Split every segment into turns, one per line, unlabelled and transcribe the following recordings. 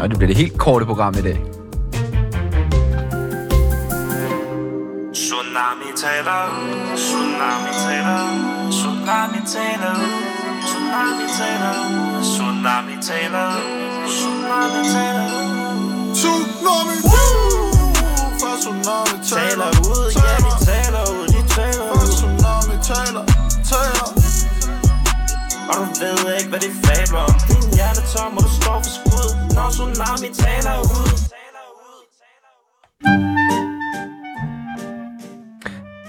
Og det bliver det helt korte program i dag.
Tsunami taler, tsunami taler, tsunami taler, tsunami taler, tsunami taler, tsunami taler.
Tsunami Fra Tsunami
Taler ud, ja de taler ud, de taler
Fra
ud.
Tsunami taler Taler
Og du ved ikke, hvad de fabler om. Din hjerne er tom, og du står for skud, når tsunami taler ud.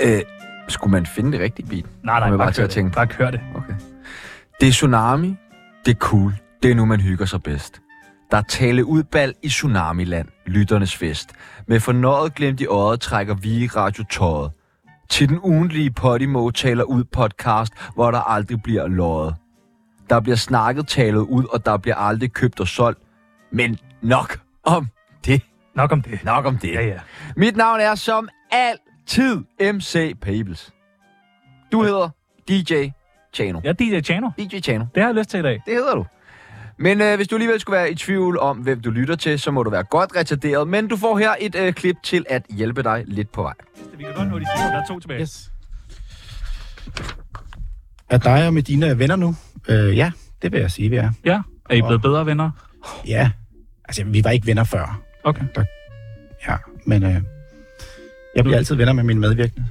Øh, skulle man finde det rigtige beat?
Nej, nej,
Kommer jeg
bare
bare til
kør,
at tænke
det. bare kør det.
Okay. Det er tsunami. Det er cool. Det er nu, man hygger sig bedst. Der er taleudbal i Tsunamiland, lytternes fest. Med fornøjet glemt i øjet trækker vi i radiotøjet. Til den ugenlige Podimo taler ud podcast, hvor der aldrig bliver løjet. Der bliver snakket talet ud, og der bliver aldrig købt og solgt. Men nok om det.
Nok om det.
Nok om det.
Ja, ja.
Mit navn er som altid MC Pebbles. Du hedder DJ Chano.
Jeg er DJ Chano.
DJ Chano.
Det har jeg lyst til i dag.
Det hedder du. Men øh, hvis du alligevel skulle være i tvivl om, hvem du lytter til, så må du være godt retarderet. Men du får her et øh, klip til at hjælpe dig lidt på vej.
Vi kan godt nå de sidste, der er to tilbage.
Yes. Er dig og med dine venner nu? Øh, ja, det vil jeg sige, vi er.
Ja, er I blevet bedre venner?
Ja. Altså, vi var ikke venner før.
Okay.
Ja, men øh, jeg bliver altid venner med mine medvirkende.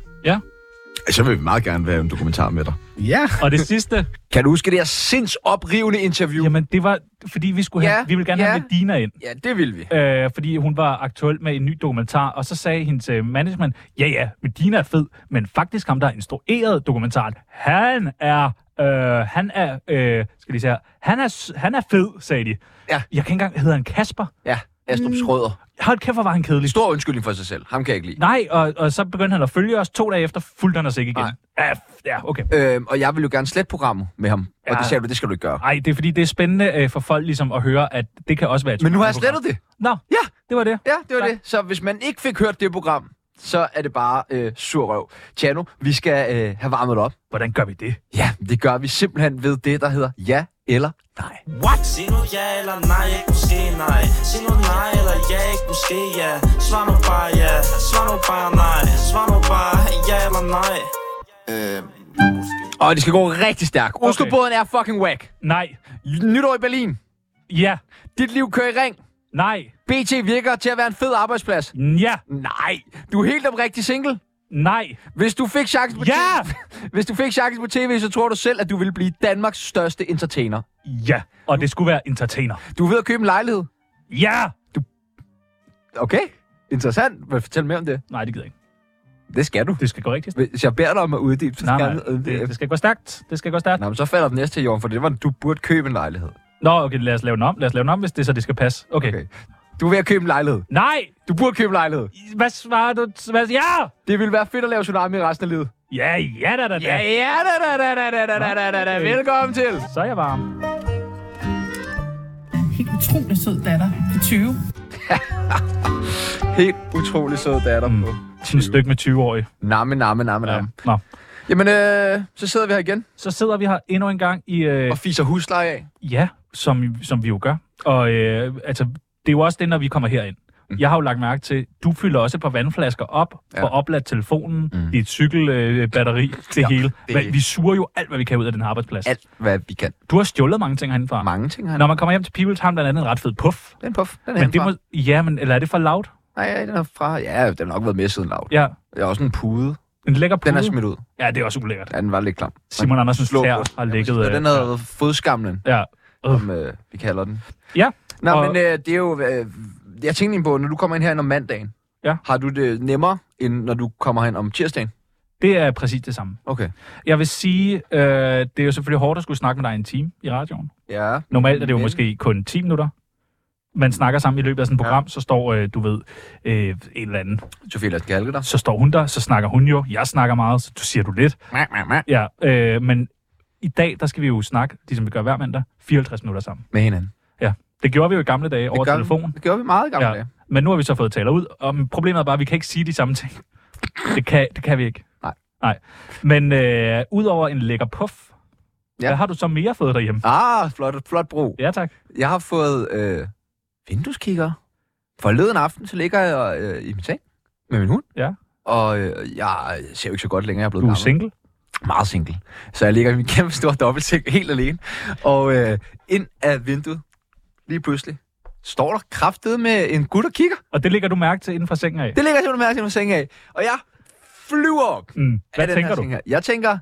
Så vil vi meget gerne være en dokumentar med dig.
Ja.
Og det sidste,
Kan du huske det her sindsoprivende interview?
jamen det var, fordi vi, skulle have,
Ja,
vi ville gerne have
ja.
Medina ind.
Ja, det vil vi.
øh, fordi hun var aktuel med en ny dokumentar, og så sagde hendes øh, management, ja ja, Medina er fed, men faktisk ham, der har instrueret dokumentaren, han er, øh, han er, øh, skal lige se her, han er, s- han er fed, sagde de.
Ja.
Jeg kan ikke engang, hedder han Kasper?
Ja, Astrup
Mm.
Schrøder.
Hold kæft, hvor var han kedelig.
Stor undskyldning for sig selv. Ham kan jeg ikke lide.
Nej, og, og så begyndte han at følge os. To dage efter fulgte han os ikke igen.
Nej.
Ja, f- ja, okay.
Øhm, og jeg vil jo gerne slette programmet med ham. Og
Ja.
det sagde du, det skal du ikke gøre.
Nej, det er fordi, det er spændende øh, for folk ligesom at høre, at det kan også være et
Men nu har jeg
program.
slettet det.
Nå,
Ja,
det var det.
ja, det var
Tak.
det. Så hvis man ikke fik hørt det program, så er det bare øh, sur røv. Tjano, vi skal øh, have varmet op.
Hvordan gør vi det?
Ja, det gør vi simpelthen ved det, der hedder ja eller nej.
What? Sig nu ja eller nej, ikke måske nej Sig nu nej eller ja, ikke måske ja Svar nu bare ja, svar nu bare nej Svar nu bare ja eller nej
Og det skal gå rigtig stærkt. Okay. Oslobåden er fucking whack.
Nej.
Nytår i Berlin.
Ja.
Dit liv kører i ring.
Nej.
BT virker til at være en fed arbejdsplads.
Ja.
Nej, du er helt oprigtig single.
Nej.
Hvis du fik chancen på
Ja!
TV, hvis du fik chancen på tv, så tror du selv, at du ville blive Danmarks største entertainer.
Ja, og det skulle være entertainer.
Du er ved at købe en lejlighed.
Ja!
Okay, interessant. Vil du fortælle mere om det?
Nej, det gider jeg ikke.
Det skal du.
Det skal gå rigtigt.
Hvis jeg beder dig om at uddybe, så
Nej,
skal
nej,
du uddybe.
det, det skal gå stærkt. Det skal gå stærkt.
Nå, men så falder den næste til jorden, for det var, at du burde købe en lejlighed.
Nå, okay, lad os lave den om. Lad os lave den om, hvis det er så, det skal passe. Okay. okay.
Okay. Du er ved at købe en lejlighed.
Nej!
Du burde købe en lejlighed.
Hvad svarer du? Hvad, ja!
Det ville være fedt at lave tsunami resten af livet.
Ja, ja da da da.
Ja, ja, da, da, da, da, da, da, da, da, da, da. Velkommen til.
Så er jeg varm.
helt utrolig sød datter på 20.
Helt utrolig sød datter på.
Sådan et stykke med 20-årig.
Namme, namme, namme,
Ja.
namme.
Nå.
Jamen, øh, så sidder vi her igen
Øhm, Så sidder vi her endnu en gang i... Øh,
og fiser husleje af.
ja, som, som vi jo gør. Og øh, altså, det er jo også det, når vi kommer herind.
Mm.
Jeg har jo lagt mærke til, du fylder også et par vandflasker op, ja. får opladt telefonen, mm. dit cykelbatteri, øh, batteri, det ja, hele.
det-
Men vi suger jo alt, hvad vi kan ud af den her arbejdsplads.
Alt, hvad vi kan.
Du har stjålet mange ting herindefra.
Mange ting her.
Når man kommer hjem til Peoples, har han blandt andet en ret fed puff.
Den puff, den er
Men det
må...
må, ja, men, eller er det for loud?
Nej, ja, den er fra. Ja, den har nok været med siden lavt.
Ja,
Det er også en pude.
en lækker pude.
Den er smidt ud.
Ja, det er også ulækkert.
Ja, den var lidt klam.
Simon Andersens
slå
tær
på den.
har ligget...
Så den
øh,
havde været fodskamlen,
Ja,
som øh, vi kalder den.
ja.
Nå,
Og-
og... men øh, det er jo... Øh, jeg tænkte lige på, når du kommer ind her om mandagen,
Ja.
har du det nemmere, end når du kommer hen om tirsdagen?
det er præcis det samme.
Okay.
Jeg vil sige, øh, det er jo selvfølgelig hårdt at skulle snakke med dig en time i radioen.
Ja.
Normalt er det jo
Mm, Men-
måske kun 10 minutter. Man snakker sammen i løbet af sådan et program, ja. så står, øh, du ved, øh, en eller anden.
Sofie, lad os kalke dig.
Så står hun der, så snakker hun jo. Jeg snakker meget, så du siger du lidt. Ja, øh, men i dag, der skal vi jo snakke, ligesom vi gør hver mandag, 54 minutter sammen.
Med hinanden.
Det gjorde vi jo i gamle dage over
det, gør,
telefon.
det gjorde vi meget i gamle
Ja.
ja. dage.
Men nu har vi så fået taler ud, og problemet er bare, at vi kan ikke sige de samme ting. Det kan, det kan vi ikke.
Nej.
Nej. Men øh, udover en lækker puff, ja.
Ja.
hvad har du så mere fået derhjemme?
Ah, flot, flot bro.
Ja, tak.
Jeg har fået øh, vindueskigger. Forleden aften, så ligger jeg øh, i min seng med min hund.
Ja.
Og øh, jeg ser jo ikke så godt længere, jeg er blevet
Du er
gammel.
single.
Meget single. Så jeg ligger i min kæmpe store dobbeltseng helt alene. Og øh, ind af vinduet, lige pludselig, står der kraftet med en gut og kigger.
Og det ligger du mærke til inden fra sengen af.
Det ligger jeg simpelthen mærke til min seng af. Og jeg flyver op.
Mm.
af
Hvad
den
tænker
her
du,
seng her. Jeg tænker,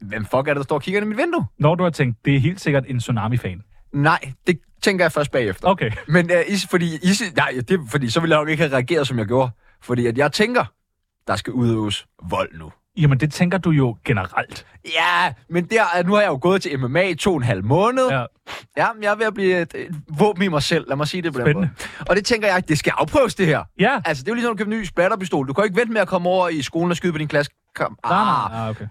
hvem fuck er det, der står og kigger ind i mit vindue?
når du har tænkt, det er helt sikkert en tsunami-fan?
Nej, det tænker jeg først bagefter.
Okay.
Men uh, is, fordi, is, nej, det, er fordi så ville jeg nok ikke have reageret, som jeg gjorde. Fordi at jeg tænker, der skal udøves vold nu.
Jamen, det tænker du jo generelt.
Ja, men der, at nu har jeg jo gået til MMA i to og en halv måned. Ja,
Ja.
ja men jeg er ved at blive et, et våben i mig selv, lad mig sige det på
Spændende.
den måde. Og det tænker jeg, det skal afprøves det her.
ja.
Altså, det er jo ligesom at købe en ny splatterpistol. Du kan jo ikke vente med at komme over i skolen og skyde på din klasse. Kom.
Nej,
Ah,
nej, ah, okay.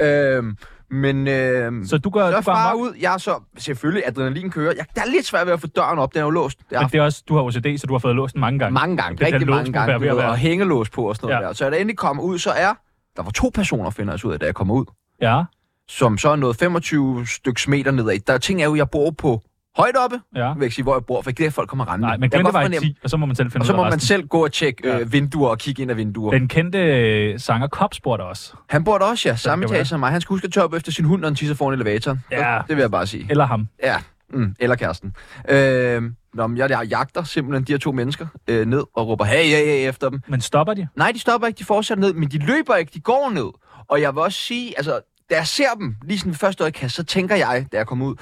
ja. Øhm, men øhm,
Så du går,
så
du går
far
amok,
ud. Jeg er så selvfølgelig, adrenalin kører. Jeg, der er lidt svært ved at få døren op, den er jo låst. Jeg
men det er også, du har OCD, så du har fået låst den mange gange.
Mange gange,
Den
rigtig
lås
mange
må
gange,
være
du
ved at
ved,
være-
og hængelås på og sådan noget
Ja.
ja. der. Så da jeg endelig kommer ud, så er... Der var to personer, finder jeg altså ud af, da jeg kommer ud,
Ja,
som så er nået 25 stykker meter nedad. Der er ting, er jo, jeg bor på højt oppe.
ja.
Jeg vil ikke sige, hvor jeg bor, for ikke det, at folk kommer rendende.
Nej, men
Jeg kan
Glente
godt
var i
fornemme-
10, og så må man selv finde
Og så
ud af
må man
resten.
selv gå og tjekke
Ja.
øh, vinduer og kigge ind ad vinduer.
Den kendte øh, sanger Kops bor der også.
Han bor der også, ja. Samme
kan være.
etage som mig. Han skal huske at tørre op efter sin hund, når han tisser foran elevatoren.
Ja.
Det vil jeg bare sige.
Eller ham.
Ja, mm, eller kæresten. Øh, nå, men jeg, jeg jagter simpelthen de her to mennesker øh, ned og råber, hey, hey, hey, efter dem.
Men stopper de?
Nej, de stopper ikke, de fortsætter ned, men de løber ikke, de går ned. Og jeg vil også sige, altså, da jeg ser dem, lige sådan ved første øjekast, så tænker jeg, da jeg kommer ud,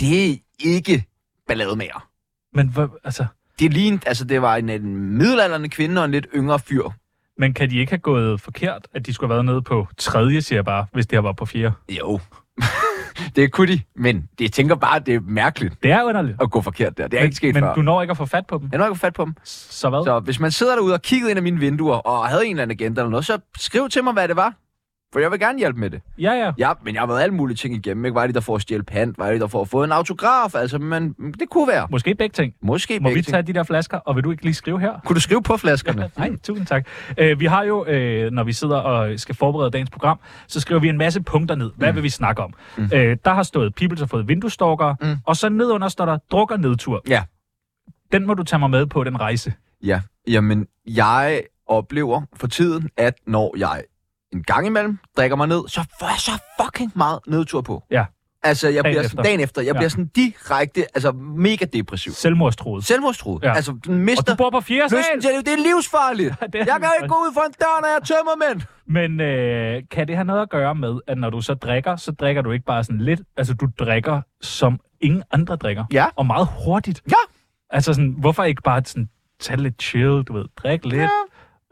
det er ikke ballade med jer.
Men, hvor- altså,
Det lignede, altså det var en, en middelalderne kvinde og en lidt yngre fyr.
men kan de ikke have gået forkert, at de skulle have været nede på tredje, siger jeg bare, hvis det her var på fjerde?
Jo. det kunne de, men jeg tænker bare, det er mærkeligt
Det er underligt.
at gå forkert der. Det er
men,
ikke sket
men
før.
du når ikke at få fat på dem.
Jeg når ikke fat på dem.
Så hvad? Så.
Så hvis man sidder derude og kigger ind af mine vinduer og havde en eller anden agenda eller noget, så skriv til mig, hvad det var. For jeg vil gerne hjælpe med det.
Ja, ja.
Ja, men jeg har været alle mulige ting igennem. Ikke? Var det der for at stjæle pant? Var det der for at få en autograf? Altså, men det kunne være.
Måske begge ting.
Måske
Må
begge
vi
ting.
tage de der flasker, og vil du ikke lige skrive her?
Kunne du skrive på flaskerne?
Nej, tusind tak. Øh, vi har jo, øh, når vi sidder og skal forberede dagens program, så skriver vi en masse punkter ned. Hvad mm. vil vi snakke om? Mm. Øh, der har stået, people har fået vinduestalkere, mm.
Mm.
og så nedunder står der, druk og nedtur.
Ja.
Den må du tage mig med på, den rejse.
Ja, jamen, jeg oplever for tiden, at når jeg en gang imellem drikker mig ned, så får jeg så fucking meget nedtur på.
Ja.
Altså, jeg
Dagen
bliver
efter.
sådan, dagen efter, jeg
Ja.
bliver sådan direkte, altså mega depressiv.
Selvmordstroet.
Selvmordstroet.
Ja.
Ja. Altså, den
Og
mister
du bor på fjerde
lysten til
sal!
at leve. Det er livsfarligt.
Ja, det er
jeg kan jo
livsfarligt.
ikke gå ud for en dør, når jeg tømmer mænd.
Men øh, kan det have noget at gøre med, at når du så drikker, så drikker du ikke bare sådan lidt, altså du drikker, som ingen andre drikker.
Ja.
Og meget hurtigt.
Ja.
Altså sådan, hvorfor ikke bare sådan, tage det lidt chill, du ved, drikke lidt. Ja.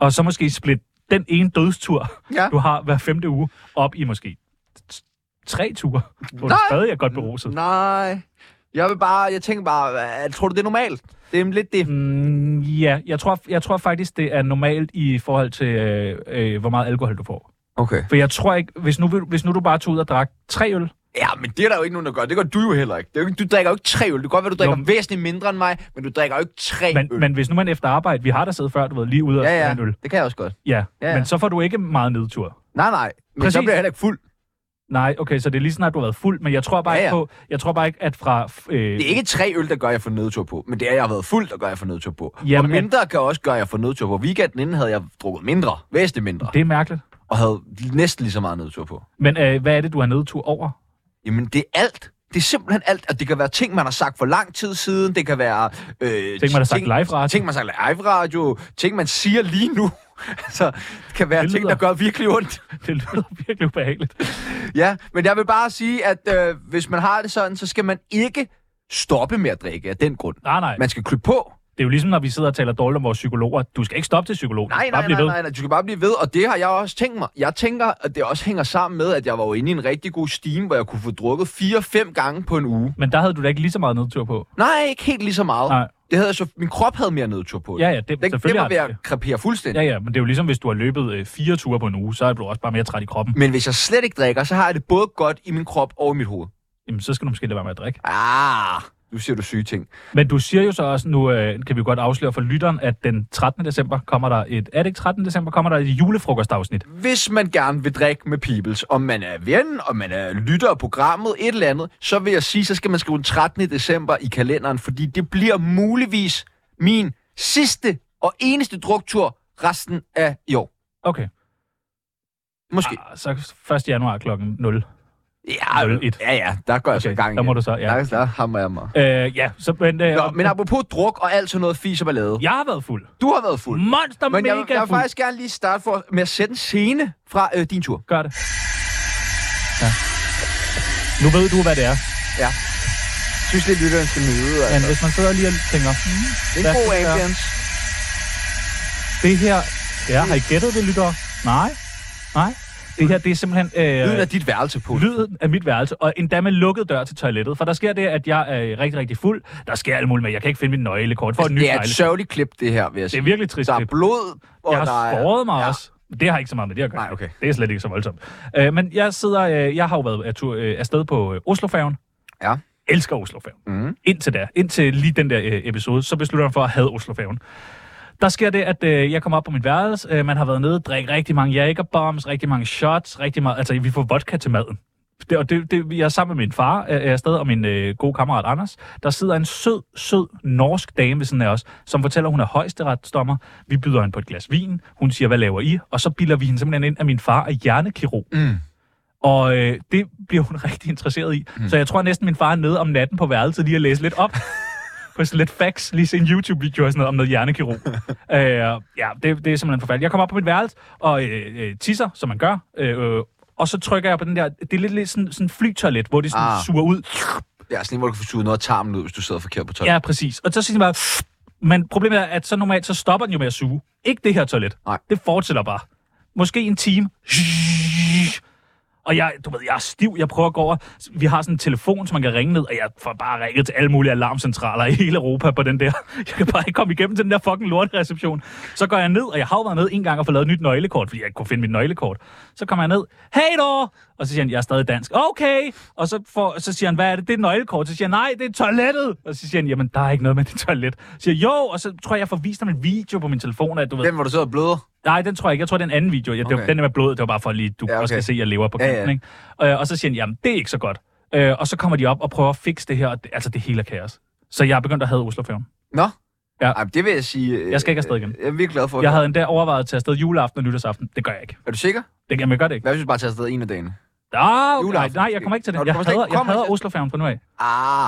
Og så måske split den ene dødstur,
Ja.
du har hver femte uge, op i måske t- tre ture, hvor du
Nej.
stadig er godt beruset.
Nej. Jeg vil bare, jeg tænker bare, hvad- tror du, det er normalt? Det er lidt det.
Mm, ja, jeg tror, jeg tror faktisk, det er normalt i forhold til, øh, øh, hvor meget alkohol du får.
Okay.
For jeg tror ikke, hvis nu, hvis nu du bare tog ud og drak tre øl,
Ja, men det er der jo ikke nogen, der gør. Det gør du jo heller ikke. Det er jo ikke du drikker jo ikke tre øl. Det kan godt være, du drikker
Jo.
jo. væsentligt mindre end mig, men du drikker jo ikke tre
men,
øl.
men hvis nu man efter arbejde, vi har der siddet før, du ved, lige ude og
ja,
ja,
ja,
en øl.
det kan jeg også godt.
Ja, ja,
Ja,
ja,
ja.
men så får du ikke meget nedtur.
Nej, nej. Men
Præcis.
så bliver jeg heller ikke fuld.
Nej, okay, så det er lige snart, du har været fuld, men jeg tror bare,
Ja,
ja,
ja.
ja. Ikke, på, jeg tror bare ikke, at fra... f- Øh,
Det er ikke tre øl, der gør, at jeg får nedtur på, men det er, at jeg har været fuld, der gør, at jeg får nedtur på.
Jamen,
og mindre kan også gøre, at jeg får nedtur på. Weekenden inden havde jeg drukket mindre, væsentligt mindre,
det er mærkeligt.
og havde næsten lige så meget nedtur på.
Men øh, hvad er det, du har nedtur over?
Jamen, det er alt. Det er simpelthen alt, og det kan være ting, man har sagt for lang tid siden, det kan være... Øh,
Ting, man har sagt live radio.
Ting, man har sagt live radio, ting, man siger lige nu. altså, det kan være
Det
det ting,
lyder-
der gør virkelig ondt.
Det lyder virkelig ubehageligt.
Ja, men jeg vil bare sige, at øh, hvis man har det sådan, så skal man ikke stoppe med at drikke af den grund.
Nej, nej.
Man skal klø på.
Det er jo ligesom, når vi sidder og taler dårligt om vores psykologer. Du skal ikke stoppe til psykologen.
Nej,
Du skal bare
nej,
blive
nej,
ved.
nej, nej, du skal bare blive ved, og det har jeg også tænkt mig. Jeg tænker, at det også hænger sammen med, at jeg var jo inde i en rigtig god steam, hvor jeg kunne få drukket 4-5 gange på en uge.
Men der havde du da ikke lige så meget nedtur på.
Nej, ikke helt lige så meget.
Nej.
Det havde jeg så, min krop havde mere nedtur på det.
Ja, ja, det,
Den, det
selvfølgelig
var ved
har
at
det.
krepere
Ja,
fuldstændig.
ja, men det er jo ligesom, hvis du har løbet øh, fire ture på en uge, så er du også bare mere træt i kroppen.
Men hvis jeg slet ikke drikker, så har jeg det både godt i min krop og i mit hoved.
Jamen, så skal du måske lade være med at drikke.
Ah, Nu siger du syge ting.
Men du siger jo så også, nu øh, kan vi jo godt afsløre for lytteren, at den 13. december kommer der et, er det ikke 13. december, kommer der et julefrokostafsnit.
Hvis man gerne vil drikke med Peoples, om man er ven, om man er lytter af programmet, et eller andet, så vil jeg sige, så skal man skrive den 13. december i kalenderen, fordi det bliver muligvis min sidste og eneste druktur resten af i år.
Okay,
Måske.
ah, så 1. januar klokken 0.
Ja,
nul Ah, et.
ja, ja, der går jeg så i
Okay,
gang
der må
igen.
du så, ja.
Der, der hammer jeg mig.
Øh, ja, så, men, øh,
Nå, men apropos druk og alt sådan noget fis og ballade.
jeg har været fuld.
Du har været fuld.
Monster
Men
Mm, mega
jeg, jeg vil
fuld.
faktisk gerne lige starte for, med at sætte en scene fra øh, din tur.
Gør det. Ja. Nu ved du, hvad det er.
Ja. Jeg synes, det er lytteren skal nyde.
Men
Altså.
hvis man sidder lige og tænker, hmm,
Det er
hvad
en god
skal det være?
ambience.
det her... Ja, har I gættet det, lytter? Nej. Nej. Det her, det er simpelthen... Øh,
Lyden af dit værelse på.
lyden af mit værelse, og endda med lukket dør til toilettet. For der sker det, at jeg er rigtig, rigtig fuld. Der sker alt muligt med, jeg kan ikke finde mit nøglekort for altså, en ny
Det er et
nøgle.
sørgeligt klip, det her, vil jeg
Det
sige.
er virkelig trist.
Der er
klip.
blod, og
jeg har
der er...
skåret mig
ja.
ja. også. Men Det har ikke så meget med det at gøre.
Nej, okay.
Det er slet ikke så voldsomt. Øh, men jeg sidder, øh, jeg har jo været af tur, øh, afsted på øh, Oslofærgen.
Ja.
Elsker Oslofærgen.
Mhm.
Indtil der. Indtil lige den der øh, episode, så beslutter jeg mig for at have Oslofærgen. Der sker det, at øh, jeg kommer op på mit værelse. Øh, man har været nede og drikke rigtig mange jægerbombs, rigtig mange shots, rigtig meget... Altså, vi får vodka til maden. Det, og det, det, jeg er sammen med min far øh, er afsted, og min øh, gode kammerat Anders. Der sidder en sød, sød norsk dame ved siden af os, som fortæller, at hun er højesteretsdommer. Vi byder hende på et glas vin. Hun siger, hvad laver I? Og så bilder vi hende simpelthen ind, at min far er hjernekirurg.
Mm.
Og øh, det bliver hun rigtig interesseret i. Mm. Så jeg tror næsten, min far er nede om natten på værelset lige at læse lidt op. på sådan lidt facts, lige se en YouTube-video og sådan noget om noget hjernekirurg. øh, ja, det, det er simpelthen forfærdeligt. Jeg kommer op på mit værelse og øh, øh, tisser, som man gør. Øh, øh, og så trykker jeg på den der, det er lidt, lidt sådan, sådan flytoilet, hvor de sådan
Ah.
ah. suger ud.
Det er sådan en, hvor du kan få suget noget af tarmen ud, hvis du sidder forkert på toilettet.
Ja, præcis. Og så siger de bare... Men problemet er, at så normalt, så stopper den jo med at suge. Ikke det her toilet.
Nej.
Det fortsætter bare. Måske en time. Og jeg, du ved, jeg er stiv, jeg prøver at gå over. Vi har sådan en telefon, som man kan ringe ned, og jeg får bare ringet til alle mulige alarmcentraler i hele Europa på den der. Jeg kan bare ikke komme igennem til den der fucking lortereception. Så går jeg ned, og jeg har jo været ned en gang og fået lavet et nyt nøglekort, fordi jeg ikke kunne finde mit nøglekort. Så kommer jeg ned, hey då! Og så siger han, jeg er stadig dansk. Okay! Og så, får, så siger han, hvad er det? Det er et nøglekort. Så siger han, nej, det er toilettet! Og så siger han, jamen, der er ikke noget med det toilet. Så siger jeg, jo, og så tror jeg, jeg får vist ham en video på min telefon, at du ved,
Den, hvor du sidder og bløder.
Nej, den tror jeg ikke. Jeg tror, det er en anden video. Jeg, okay. det, var-
Okay.
den der med blodet, det var bare for lige, du ja,
Ja, okay.
okay. også kan se, at jeg lever på
Ja, ja.
kanten. Ja, ja. Ikke? Øh, og så siger han, jamen, det er ikke så godt. Øh, og så kommer de op og prøver at fikse det her. og Det, altså, det hele er kaos. Så jeg er begyndt at have Oslofæven.
Nå?
Ja.
Ej, men det vil jeg sige... øh,
Jeg skal ikke afsted igen.
Jeg er virkelig glad for. at
Jeg
høre.
havde endda overvejet at tage afsted juleaften og nytårsaften. Det gør jeg ikke.
Er du sikker?
Det, jamen, jeg gør det ikke.
Hvad hvis vi bare tager afsted en af dagene?
Ah, okay. nej,
Juleaften
nej, jeg
måske.
kommer ikke til
Nå, du
det. Jeg
kommer slet
hader,
ikke-
jeg
kommer
hader
ikke til-
Oslofæven fra nu af.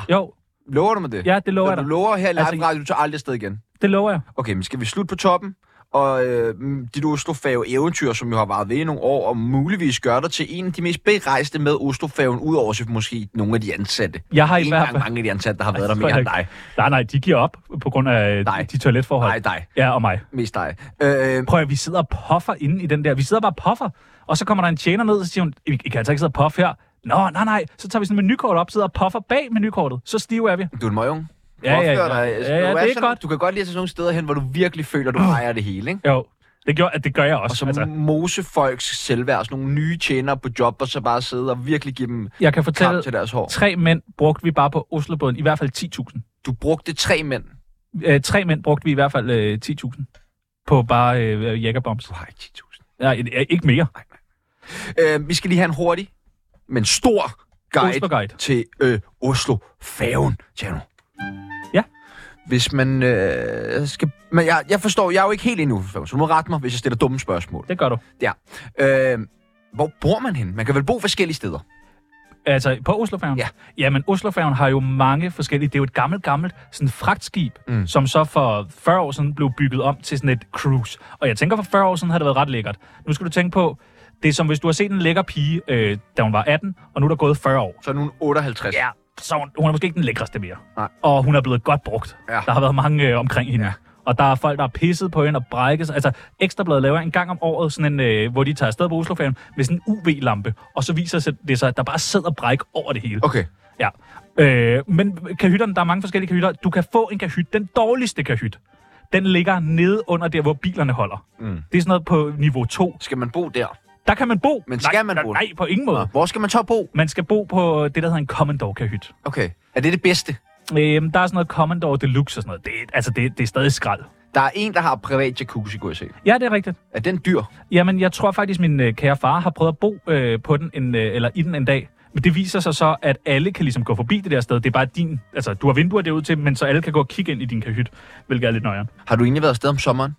Ah,
Jo,
lover du mig det?
ja, det lover jeg
Så
dig.
du lover her i live
Altså,
altså, radio, du tager aldrig afsted igen.
Det lover jeg.
Okay, men skal vi slutte på toppen? Og øh, mm, dit Oslofave eventyr, som jo har varet ved i nogle år, og muligvis gør dig til en af de mest berejste med Oslofaven, udover så måske nogle af de ansatte.
Jeg har i
Ikke
hvert
engang
fald...
mange af de ansatte, der har været der
tror
mere
jeg
end
ikke.
dig.
Nej, nej, de giver op på grund af
Nej.
de toiletforhold.
Nej, dig.
Ja, og mig.
Mest dig. Øh,
Prøv at, vi sidder og puffer inde i den der. Vi sidder bare og puffer. Og så kommer der en tjener ned, og så siger hun, I, I kan altså ikke sidde og puffe her. Nå, nej, nej. Så tager vi sådan en menukort op, sidder og puffer bag menukortet. Så stiver er vi.
du er en møgung.
Ja, ja,
Opfør
ja.
dig.
Ja, ja,
du
det er
sådan,
godt.
Du kan godt lide at tage sådan nogle steder hen, hvor du virkelig føler, du ejer det hele, ikke?
Jo, det gør, det gør jeg også.
Og så
altså,
altså. mose folks selvværd, sådan nogle nye tjenere på job, og så bare sidde og virkelig give dem
jeg kan
kamp
fortælle,
til deres hår.
tre mænd brugte vi bare på Oslobåden. I hvert fald
Du brugte tre mænd.
10.000. Øh, tre mænd brugte vi i hvert fald øh, 10.000 på bare øh, jækkerbombs.
Du har ikke 10.000.
Nej, øh, ikke mere.
Øh, vi skal lige have en hurtig, men stor guide
Oslo
Oslo.
Guide.
til øh, Oslo Færgen, Tjerno.
Ja.
Hvis man øh, skal... Men jeg, jeg forstår, jeg er jo ikke helt endnu, så du må rette mig, hvis jeg stiller dumme spørgsmål.
Det gør du.
Øh, hvor bor man hen? Man kan vel bo forskellige steder.
Altså på Oslofærgen?
Ja.
Jamen Oslofærgen har jo mange forskellige. Det er jo et gammelt, gammelt sådan fragtskib, mm.
Mm.
som så for 40 år siden blev bygget om til sådan et cruise. Og jeg tænker, for 40 år siden har det været ret lækkert. Nu skal du tænke på, det er som hvis du har set en lækker pige, øh, da hun var 18, og nu er der gået 40 år.
Så er nogen 58.
Ja, så hun, hun er måske ikke den lækreste mere.
Nej.
Og hun er blevet godt brugt.
Ja.
Der har været mange øh, omkring hende. Ja.
Ja.
Og der er folk, der har pisset på hende og brækket sig. Altså, Ekstrabladet laver en gang om året, sådan en, øh, hvor de tager afsted på Oslofærgen med sådan en UV-lampe. Og så viser det sig, at der bare sidder bræk over det hele.
Okay.
Ja. Øh, men kahytterne, der er mange forskellige kahytter. Du kan få en kahyt, den dårligste kahyt. Den ligger nede under der, hvor bilerne holder.
Mm.
Det er sådan noget på niveau 2.
Skal man bo der?
Der kan man bo.
Men skal
nej,
man
nej,
bo der?
Nej, på ingen måde.
Hvor skal man så bo?
Man skal bo på det, der hedder en Commodore-kahyt.
Okay. Er det det bedste?
Øhm, der er sådan noget Commodore Deluxe og sådan noget. Det, er- altså, det, det er stadig skrald.
Der er en, der har privat jacuzzi, kunne jeg se.
Ja, det er rigtigt.
Er den dyr?
Jamen, jeg tror faktisk, min øh, kære far har prøvet at bo øh, på den en, øh, eller i den en dag. Men det viser sig så, at alle kan ligesom gå forbi det der sted. Det er bare din... Altså, du har vinduer derude til, men så alle kan gå og kigge ind i din kahyt, hvilket er lidt nøjeren.
Har du egentlig været afsted om sommeren?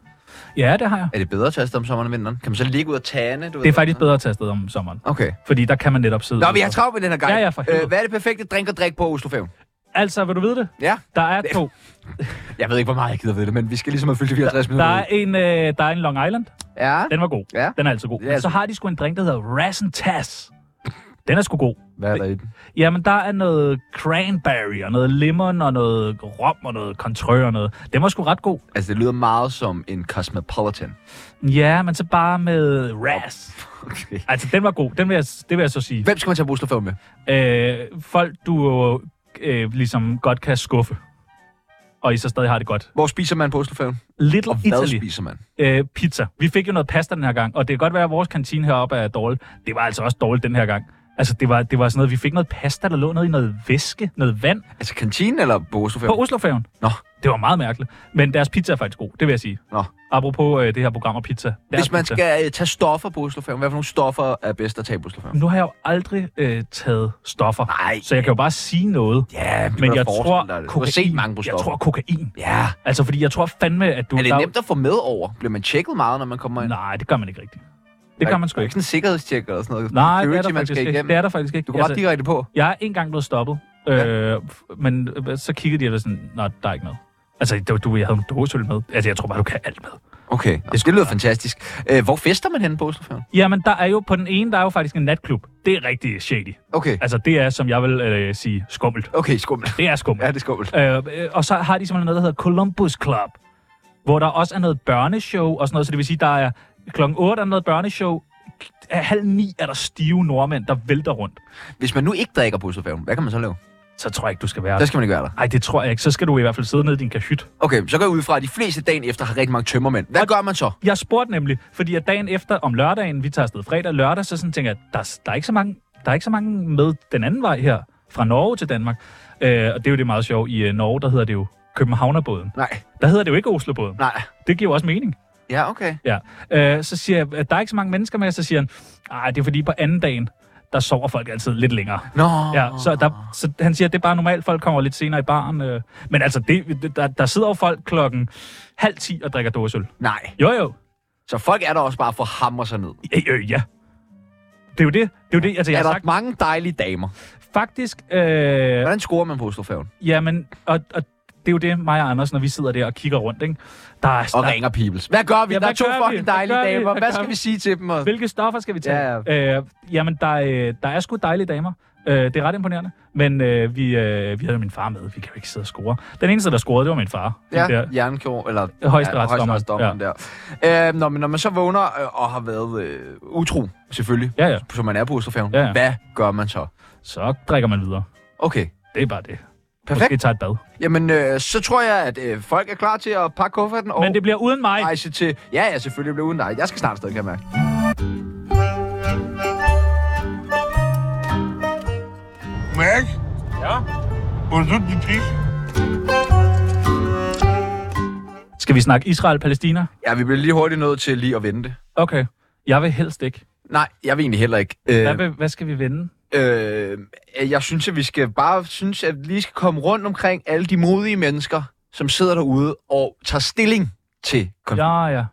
Ja, det har jeg.
Er det bedre at tage afsted om sommeren end vinteren? Kan man så ligge ud og tane? Du
Det er faktisk bedre at tage afsted om sommeren.
Okay.
Fordi der kan man netop sidde.
Nå,
ude
vi har
og-
travlt med den her guide.
Ja, ja, for helvede.
hvad er det perfekte drink og drik på Oslofævn?
Altså, vil du vide det?
Ja.
Der er to.
Jeg ved ikke, hvor meget jeg gider ved det, men vi skal ligesom have fyldt de 54
Der
minutter.
er en, øh, der er en Long Island.
Ja.
Den var god.
Ja.
Den er altså god.
er
Men
altså
så har de sgu en drink, der hedder Razzin Taz. Den er sgu god.
Hvad er der i den?
Jamen, der er noget cranberry og noget lemon og noget rom og noget kontrør og noget. Den var sgu ret god.
Altså, det lyder meget som en Cosmopolitan.
Ja, men så bare med Raz.
Okay.
Altså, den var god. Den vil jeg, det vil jeg så sige.
Hvem skal man tage på Oslofævn med?
Øh, folk, du øh, ligesom godt kan skuffe. Og I så stadig har det godt.
Hvor spiser man på Oslofævn?
Little
Og hvad
Italy.
spiser man?
øh, pizza. Vi fik jo noget pasta den her gang, og det kan godt være, at vores kantine heroppe er dårlig. Det var altså også dårligt den her gang. Altså, det var, det var sådan noget, vi fik noget pasta, der lå noget i noget væske, noget vand
Altså, kantinen eller på Oslofævn?
på Oslofærgen.
Nå.
Det var meget mærkeligt. Men deres pizza er faktisk god, det vil jeg sige.
Nå.
Apropos øh, det her program og pizza. Deres
Hvis man
pizza.
skal øh, tage stoffer på Oslofævn, hvad for nogle stoffer er bedst at tage på Oslofævn?
Nu har jeg jo aldrig øh, taget stoffer,
Nej.
så jeg kan jo bare sige noget.
Ja, du kan
Men
da
jeg
forestille
tror,
dig det. Du har
kokain,
set mange på
jeg
stoffer.
tror kokain.
Ja.
Altså, fordi jeg tror fandme, at du...
Er det
der-
nemt at få med over? Bliver man tjekket meget, når man kommer ind?
Nej, det gør man ikke rigtigt. Det gør man sgu
Der er
ikke.
sådan en sikkerhedstjek eller sådan noget.
Nej, det er
Security, man
der
skal
faktisk ikke.
igennem.
Det er der faktisk ikke. Altså,
Du går ret direkte på.
Jeg er engang blevet stoppet, øh, f- men øh, så kiggede de og var sådan, nej, der er ikke noget. Altså, du, du, jeg havde en dåseøl med. Altså, jeg tror bare, du kan alt med.
Okay, det, det lyder fantastisk. Øh, hvor fester man henne på Oslofjorden?
Jamen, der er jo på den ene, der er jo faktisk en natklub. Det er rigtig shady.
Okay,
Altså, det er, som jeg vil øh, sige, skummelt.
okay, skummelt.
Det er skummelt.
Ja, det er skummelt.
Øh, øh, og så har de simpelthen noget, der hedder Columbus Club, hvor der også er noget børneshow og sådan noget. Så det vil sige, der er klokken 8 er der noget børneshow, af halv ni er der stive nordmænd, der vælter rundt.
Hvis man nu ikke drikker på Oslofjorden, hvad kan man så lave?
Så tror jeg ikke, du skal være
Der
der.
skal man ikke være der.
Ej, det tror jeg ikke. Så skal du i hvert fald sidde nede i din kahyt.
Okay, så går jeg ud fra, at de fleste dagen efter har rigtig mange tømmermænd. Hvad gør man så?
Jeg spurgte nemlig, fordi at dagen efter om lørdagen, vi tager afsted fredag lørdag, så sådan tænker jeg, der, der, er ikke så mange, der er ikke så mange med den anden vej her, fra Norge til Danmark. Øh, og det er jo det meget sjove. I øh, Norge, der hedder det jo Københavnerbåden.
Nej,
Der hedder det jo ikke Oslobåden.
nej.
Det giver jo også mening.
Ja, okay.
Ja. Øh, så siger jeg, at der er ikke så mange mennesker med, så siger han, nej, det er fordi på anden dagen, der sover folk altid lidt længere.
Nå.
Ja, så, der, så han siger, at det er bare normalt, folk kommer lidt senere i baren. Øh. Men altså, det, der, der sidder jo folk klokken halv ti og drikker dåsøl.
Nej.
Jo, jo,
Så folk er der også bare for at hamre sig ned.
Øh, øh, ja. Det er jo det. Det er jo det. Altså, jeg
Er
har
der
sagt
mange dejlige damer?
faktisk... Øh,
Hvordan scorer man på Oslofjorden?
jamen, og, og det er jo det, mig og Anders, når vi sidder der og kigger rundt, ikke? Der er,
Og
der,
ringer Peoples. Hvad gør vi?
Ja,
der er
hvad
to
gør vi?
fucking
Hvad
dejlige
gør vi?
damer.
Hvad
Hvad
gør
skal vi
vi?
sige til dem? Og...
Hvilke stoffer skal vi tage?
Ja,
Øh, jamen, der, øh, der er sgu dejlige damer. Øh, det er ret imponerende. Men øh, vi, øh, vi havde jo min far med. Vi kan jo ikke sidde og score. Den eneste, der scorede, det var min far.
Ja,
Den Der,
jernkirurg, eller
Højesteretsdommeren,
højesteretsdommeren der. Øh, når, man, når man så vågner øh, og har været øh, utro, selvfølgelig,
Ja, ja.
som man er på Oslofjorden,
Ja, ja.
hvad gør man så?
Så drikker man videre.
Okay,
Det er bare det.
perfekt.
Måske tager et bad.
Jamen, øh, så tror jeg, at øh, folk er klar til at pakke kufferten og
Men det bliver uden mig.
rejse til... Ja, ja, selvfølgelig bliver uden dig. Jeg skal snart afsted, kan jeg mærke.
Mac? Ja? Hvor er du din pik?
Skal vi snakke Israel-Palæstina?
Ja, vi bliver lige hurtigt nødt til lige at vente.
Okay. Jeg vil helst ikke.
Nej, jeg vil egentlig heller ikke. Øh,
Hvad, vil, hvad skal vi vende?
Øh, jeg synes, at vi skal bare synes, at vi lige skal komme rundt omkring alle de modige mennesker, som sidder derude og tager stilling til konflikten.
Ja, ja.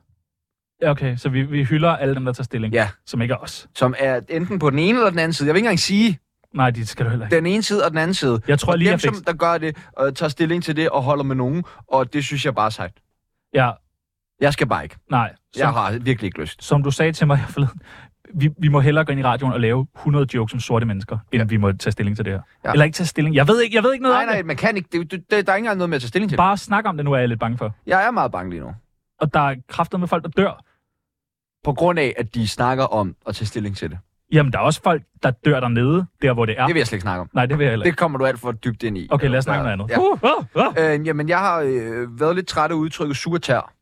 Ja, Okay, så vi, vi hylder alle dem, der tager stilling.
Ja.
Som ikke er os.
Som er enten på den ene eller den anden side. Jeg vil ikke engang sige
Nej, det skal du heller ikke.
den ene side og den anden side.
Jeg tror
og
lige,
dem,
jeg fik...
som der gør det, og tager stilling til det og holder med nogen, og det synes jeg bare er sejt.
Ja,
Jeg skal bare ikke.
nej. Som,
Jeg har virkelig ikke lyst.
som du sagde til mig her forleden, vi, vi må hellere gå ind i radioen og lave 100 jokes om sorte mennesker, end ja. vi må tage stilling til det her.
Ja.
Ja. Eller ikke tage stilling. Jeg ved ikke, jeg ved ikke noget
Nej,
om
nej, man kan ikke. Det, det, det, der er ikke engang noget med at tage stilling til.
det. Bare snak om det nu, er jeg lidt bange for.
Jeg er meget bange lige nu.
Og der er kræfter med folk, der dør.
På grund af, at de snakker om at tage stilling til det.
Jamen, der er også folk, der dør dernede, der hvor det er.
Det vil jeg slet ikke snakke om.
Nej, det vil jeg heller ikke.
Det kommer du alt for dybt ind i.
Okay, lad os
Der-
snakke om noget andet.
Ja.
Uh, uh, uh.
Øh, jamen, jeg har øh, været lidt træt af udtrykket surtær.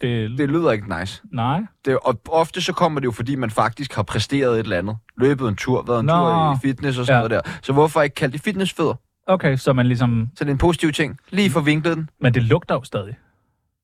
Det,
Det lyder ikke nice.
nej.
Det, og ofte så kommer det jo, fordi man faktisk har præsteret et eller andet. Løbet en tur, været en
Nå.
tur i fitness og sådan
Ja.
noget der. Så hvorfor ikke kalde det fitnessfødder?
Okay, så man ligesom...
Så det er en positiv ting. Lige forvinklet den.
Men det lugter jo stadig.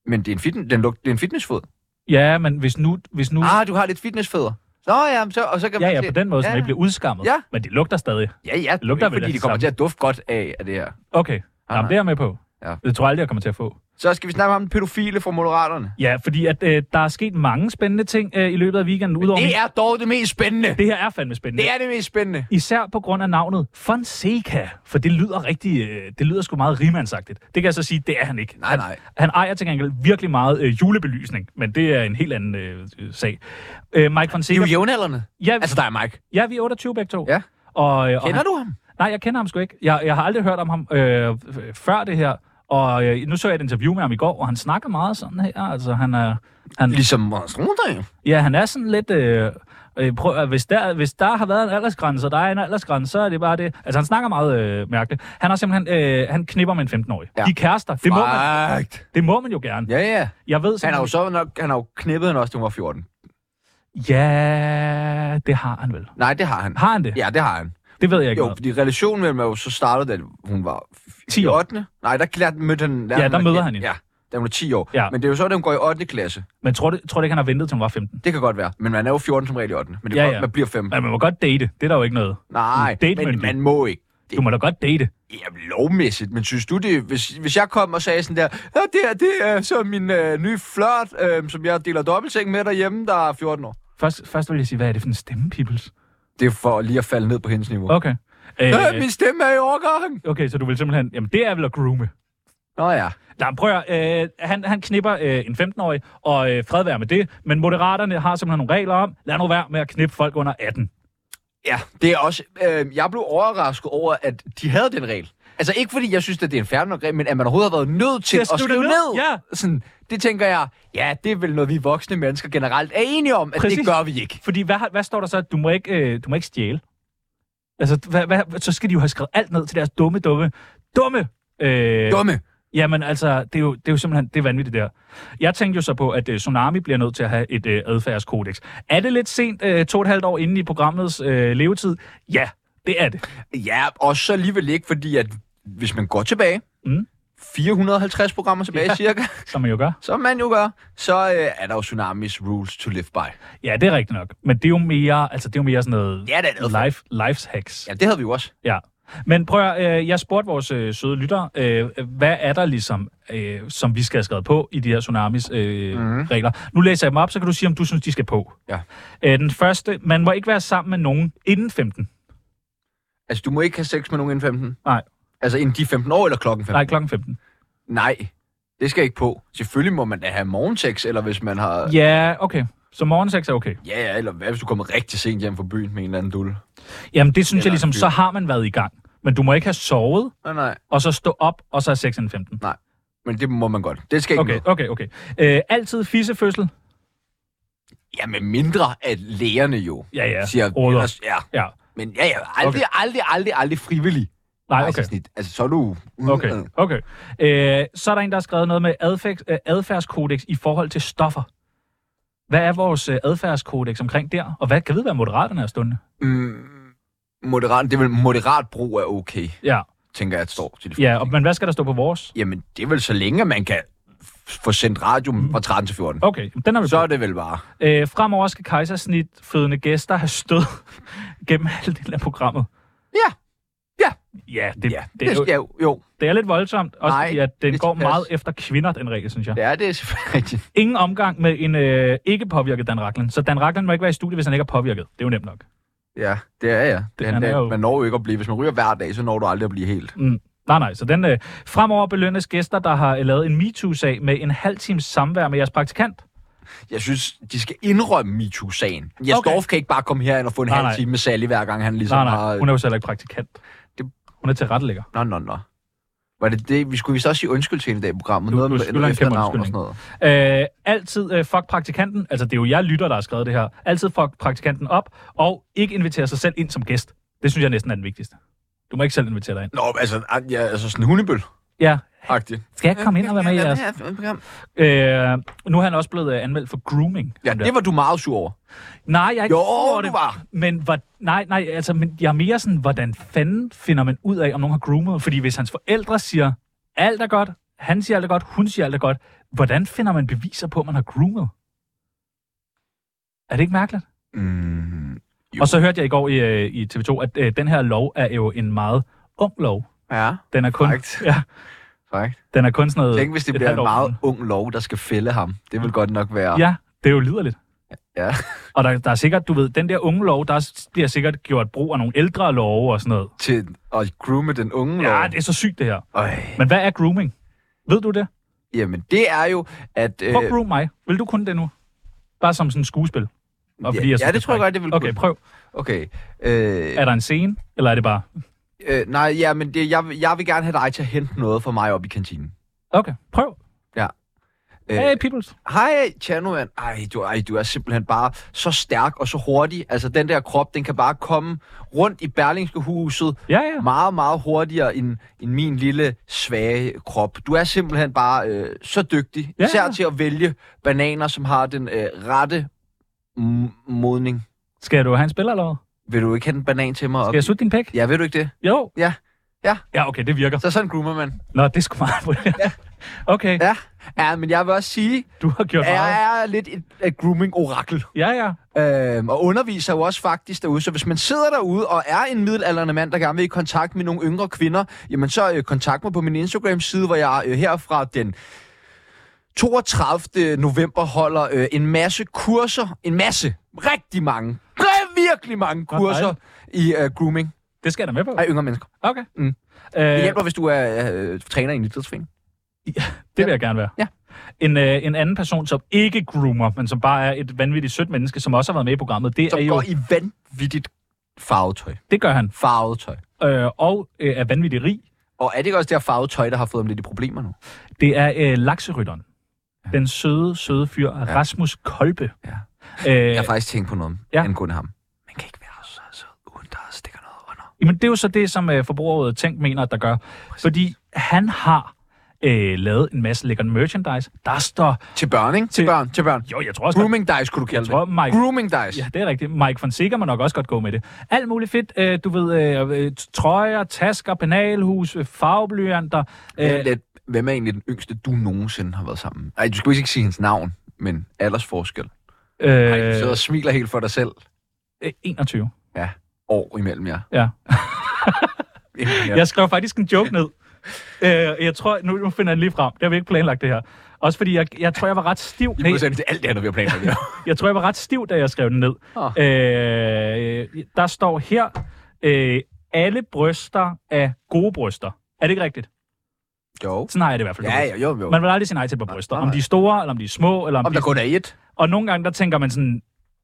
Men det er en, fit, den luk, det er en fitnessfod.
Ja, men hvis nu... Hvis nu
Ah, du har lidt fitnessfødder. Nå ja, men så, og så kan
Mm. ja,
man
ja,
se-
på den måde, så man
ja,
ikke bliver udskammet.
Ja.
Men det lugter stadig.
Ja, ja, det
lugter
lugter
vel
fordi
af
de
det
kommer
samme.
til at dufte godt af, af det her.
Okay,
Ah,
Jamen,
nej.
det er jeg med på.
Ja.
Det tror jeg aldrig, jeg kommer til at få.
Så skal vi snakke om den pædofile fra Moderaterne.
Ja, fordi at, øh, der er sket mange spændende ting øh, i løbet af weekenden. Udover
Det er dog det mest spændende.
det her er fandme spændende.
Det er det mest spændende.
Især på grund af navnet Fonseca, for det lyder rigtig, øh, det lyder sgu meget rimandsagtigt. Det kan jeg så sige, det er han ikke.
Nej, nej.
Han ejer til gengæld virkelig meget øh, julebelysning, men det er en helt anden øh, øh, sag. Øh, Mike
Det er
Fonseca...
jo jævnaldrende.
ja,
Altså dig og Mike.
ja, vi er 28 begge to.
Ja.
Og, øh, og
Kender
han,
du ham?
Nej, jeg kender ham sgu ikke. Jeg, jeg har aldrig hørt om ham øh, f- før det her. Og øh, nu så jeg et interview med ham i går, og han snakker meget sådan her. Altså, han er... Han,
Ligesom Måns Rundring.
Ja, han er sådan lidt... Øh, øh, prøv, at- hvis, der, hvis der har været en aldersgrænse, og der er en aldersgrænse, så er det bare det. Altså, han snakker meget øh, mærkeligt. Han har simpelthen... Øh, han knipper med en 15-årig. Ja.
Ja.
De er kærester. Det må, man,
Frækt.
det må man jo gerne. Ja.
Ja, ja.
Jeg ved
Han har jo
simpelthen...
så nok, han har jo knippet hende også, da hun var 14.
Ja, det har han vel.
Nej, det har han.
Har han det?
Ja, det har han.
Det ved jeg ikke
Jo,
noget om.
fordi relationen mellem er jo så startede, da hun var
10
10
år.
8. Nej, der, der mødte han...
Ja,
han
der
at
møder
kende.
han hende.
Ja, da hun er 10 år.
Ja.
Men det er jo så, da hun går i 8. klasse.
Men tror du, tror du ikke, han har ventet, til hun var 15?
Det kan godt være. Men man er jo 14 som regel i 8. Men det
Ja,
ja, ja.
ja.
man bliver 15.
Ja, man må godt date. Det er der jo ikke noget.
Nej,
date med en
men man må ikke.
Du må da godt date.
Jamen, lovmæssigt, men synes du det, hvis, hvis jeg kom og sagde sådan der, ja, det her, det er så min øh, nye flørt, øh, som jeg deler dobbeltseng med derhjemme, der er 14 år.
Først, først vil jeg sige, hvad er det for en stemme, peoples?
Det er for lige at falde ned på hendes niveau.
Okay. Øh,
Øh, min stemme er i overgangen.
okay, så du vil simpelthen... Jamen, det er vel at groome.
Nå ja.
Nej, men prøv at, høre, øh, han, han knipper øh, en 15-årig, og øh, fred være med det, men moderaterne har simpelthen nogle regler om, lad nu være med at knippe folk under 18.
Ja, det er også... Øh, jeg blev overrasket over, at de havde den regel. Altså ikke fordi jeg synes, at det er en færdig regel, men at man overhovedet har været nødt til
Til at
at,
skrive
skrive
det
ned.
ned, ja.
Sådan, det tænker jeg, ja, det er vel noget, vi voksne mennesker generelt er enige om, at
Præcis.
det gør vi ikke.
Fordi hvad, har- hvad står der så? Du må ikke, øh, du må ikke stjæle. Altså, hvad, hvad, så skal de jo have skrevet alt ned til deres dumme, dumme, dumme... Øh,
Dumme.
Jamen altså, det er, jo, det er jo simpelthen, det er vanvittigt der. Jeg tænkte jo så på, at øh, Tsunami bliver nødt til at have et øh, adfærdskodex. Er det lidt sent, øh, to og et halvt år inde i programmets øh, levetid? Ja, det er det.
Ja, og så alligevel ikke, fordi at hvis man går tilbage,
Mm.
450 programmer tilbage ja. cirka,
Som man jo gør.
som man jo gør, så øh, er der jo Tsunamis Rules to Live By.
Ja, det er rigtigt nok. Men det er jo mere, altså, det er jo mere sådan noget
Ja, det er det.
life, lives hacks.
Ja, det havde vi jo også.
Ja. Men prøv at, høre, øh, jeg spurgte vores øh, søde lyttere, øh, hvad er der ligesom, øh, som vi skal have skrevet på i de her tsunamis øh, mm. regler? Nu læser jeg dem op, så kan du sige, om du synes, de skal på.
Ja.
Øh, den første, man må ikke være sammen med nogen inden 15.
Altså, du må ikke have sex med nogen inden 15.
Nej.
Altså inden de er 15 år eller klokken 15?
Nej, klokken 15.
Nej, det skal ikke på. Selvfølgelig må man da have morgensex, eller hvis man har... Ja,
Ja, okay. Så morgensex er okay.
ja eller hvad, hvis du kommer rigtig sent hjem fra byen med en eller anden dulle?
Jamen, det synes jeg
Eller
ligesom,
en
så har man været i gang. Men du må ikke have sovet,
Nej, nej,
og så stå op, og så er 6 inden 15.
men det må man godt. Det skal ikke
Okay,
okay.
okay, okay. Øh, altid fissefødsel.
Ja, med mindre at lægerne jo
Ja, ja.
siger...
Råder.
ellers- ja,
Ja.
men ja, ja, aldrig, okay. aldrig, aldrig, aldrig frivillig.
Nej, okay.
rejsesnit. Altså, så Mm. er du...
Okay, okay. Øh, så er der en, der har skrevet noget med adfærd, øh, adfærdskodex i forhold til stoffer. Hvad er vores øh, adfærdskodex omkring der? Og hvad kan vi være moderaterne er stående?
Mm, moderat, det er vel moderat brug er okay,
Ja,
tænker jeg, at står til det.
ja og, men hvad skal der stå på vores?
Jamen, det er vel så længe, man kan f- få sendt radio fra 13 til 14.
Mm. Okay, den har vi
Så
så...
er det vel bare.
øh, Fremover skal kejsersnit fødende gæster have stød gennem halvdelen af programmet.
Ja. Ja.
Ja, det,
ja,
det, er, jo,
skal jo. jo.
det er lidt voldsomt, også
Nej,
fordi at den
det
går
skal
meget
passe.
efter kvinder, den regel, synes jeg.
Ja, det er selvfølgelig rigtigt.
Ingen omgang med en øh, ikke påvirket Dan Racklin. Så Dan Racklin må ikke være i studiet, hvis han ikke er påvirket. Det er jo nemt nok.
Ja, det er ja. Den,
han er
dag,
jo-
Man når jo ikke at blive... Hvis man ryger hver dag, så når du aldrig at blive helt.
Nej, nej. Så den øh, fremover belønnes gæster, der har øh, lavet en MeToo-sag med en halv times samvær med jeres praktikant.
Jeg synes, de skal indrømme MeToo-sagen. Jes
Okay.
okay. Dorf kan ikke bare komme herind og få en
Nej,
halv
nej.
time med Sally, hver gang han ligesom
Nej,
har...
nej. Hun er jo selv ikke praktikant.
Det-
Hun er tilrettelægger.
Nå, nå, nå. Var det det? Vi skulle vi så også sige undskyld til hende i dag i programmet.
Du-
Noget
du
med
skylder en
noget
kæmpe
efternavn og
undskyldning.
sådan noget.
Øh, altid øh, fuck praktikanten. Altså, det er jo jeg lytter, der har skrevet det her. Altid fuck praktikanten op, og ikke invitere sig selv ind som gæst. Det synes jeg næsten er den vigtigste. Du må ikke selv invitere dig ind.
Nå, altså, ja, altså sådan en hundebøl.
Ja,
Agtigt.
Skal jeg ikke komme ind og være med i jeres? Øh, nu er han også blevet øh, anmeldt for grooming.
Ja,
Ham der.
det var du meget sur over.
Nej, jeg er ikke
Jo,
sur over
du
det.
var.
Men var, nej, nej, altså, men jeg er mere sådan, hvordan fanden finder man ud af, om nogen har groomet? Fordi hvis hans forældre siger, alt er godt, han siger alt er godt, hun siger alt er godt, hvordan finder man beviser på, at man har groomet? Er det ikke mærkeligt?
Mm,
Jo. Og så hørte jeg i går i, øh, i TV2, at øh, den her lov er jo en meget ung lov.
ja,
Den er kun,
Korrekt.
ja,
faktisk.
den er kun sådan noget...
Tænk, hvis det
et
bliver en
halvt år
meget
gammel.
ung lov, der skal fælde ham. Det vil godt nok være...
Ja, det er jo liderligt.
Ja.
Og der, der er sikkert, du ved, den der unge lov, der s- bliver sikkert gjort brug af nogle ældre love og sådan noget.
Til at groome den unge lov.
Ja, det er så sygt det her.
Øj,
Men hvad er grooming? Ved du det?
jamen, det er jo, at... Øh,
Prøv at groom mig. Vil du kunne det nu? Bare som sådan en skuespil. Og
Ja,
fordi synes,
ja, det tror jeg
frækt.
godt, det vil
Okay,
kunne.
prøv.
okay. Øh,
Er der en scene, eller er det bare...
øh, nej, ja, men det, jeg, jeg vil gerne have dig til at hente noget for mig op i kantinen.
Okay, prøv.
Øh,
Hey, peoples.
Hej, Tjerno, mand. Ej du, ej, du er simpelthen bare så stærk og så hurtig. Altså, den der krop, den kan bare komme rundt i Berlingske huset
Ja, ja.
meget, meget hurtigere end, end min lille, svage krop. Du er simpelthen bare øh, så dygtig,
Ja.
ja. især til at vælge bananer, som har den øh, rette m- modning.
Skal du have en spiller, eller hvad?
Vil du ikke have en banan til mig? Op?
Skal jeg sutte din pæk?
Ja, ved du ikke det?
Jo.
Ja. Ja.
Ja, okay, det virker.
Så sådan groomer man.
Nå, det er sgu meget på det. Okay,
Ja. ja, men jeg vil også sige,
du har gjort
at
meget.
jeg er lidt et, et grooming-orakel.
Ja, ja.
Øhm, og underviser jo også faktisk derude. Så hvis man sidder derude og er en middelalderende mand, der gerne vil i kontakt med nogle yngre kvinder, jamen så øh, kontakt mig på min Instagram-side, hvor jeg øh, her fra den 32. november holder øh, en masse kurser. En masse. Rigtig mange. Re- Virkelig mange
Nå,
kurser
dejligt.
i øh, grooming
Det skal jeg da med på.
af yngre mennesker.
Okay.
Mm. Det
Øh,
hjælper, hvis du er øh, træner i en idrætsforening.
Det vil jeg gerne være.
Ja.
En, øh, en anden person, som ikke groomer, men som bare er et vanvittigt sødt menneske, som også har været med i programmet, det, er
Som
jo,
går i vanvittigt farvetøj.
det gør han.
Farvetøj.
Øh, og øh, er vanvittigt rig.
Og er det ikke også det her farvetøj, der har fået dem lidt i problemer nu?
Det er øh, lakserytteren. Den søde, søde fyr, ja. Rasmus Kolbe.
Ja.
Øh,
Jeg har faktisk tænkt på noget
Ja.
ja. angående ham. Man kan ikke være så sød, uden der stikker noget under.
Jamen, det er jo så det, som øh, forbrugerrådet Tænk mener, at der gør. Præcis. Fordi han har øh, lavet en masse lækker merchandise. Der står...
Til børn, ikke? Til,
Til-
til børn, til børn.
Jo, jeg tror også... der-
Grooming dice, kunne du kalde
Jeg tror,
det.
Mike-
Grooming dice.
Ja,
Ja.
det er rigtigt. Mike Fonseca må nok også godt gå med det. Alt muligt fedt. Øh, du ved, øh, øh, trøjer, tasker, penalhus, øh, farveblyanter. Øh,
Lidt, hvem er egentlig den yngste, du nogensinde har været sammen med? Ej, du skulle vist ikke sige hendes navn, men aldersforskel. Ej, du sidder
øh,
og smiler helt for dig selv.
øh, 21.
Ja, år imellem jer.
Ja.
Imellem jer.
Jeg skrev faktisk en joke ned. Øh, jeg tror, nu, nu finder jeg den lige frem. Det har vi ikke planlagt, det her. Også fordi, jeg, jeg tror, jeg var ret stiv.
Lige pludselig er det alt det andet, vi har planlagt. Ja.
Jeg tror, jeg var ret stiv, da jeg skrev den ned.
Åh.
Øh, der står her, øh, alle bryster er gode bryster. Er det ikke rigtigt?
jo.
Sådan har jeg det i hvert fald.
Ja, ja, jo, jo.
Man vil aldrig sige nej til et par bryster. Om de er store, eller om de er små, eller om,
Om
de...
der kun er et.
Og nogle gange, der tænker man sådan...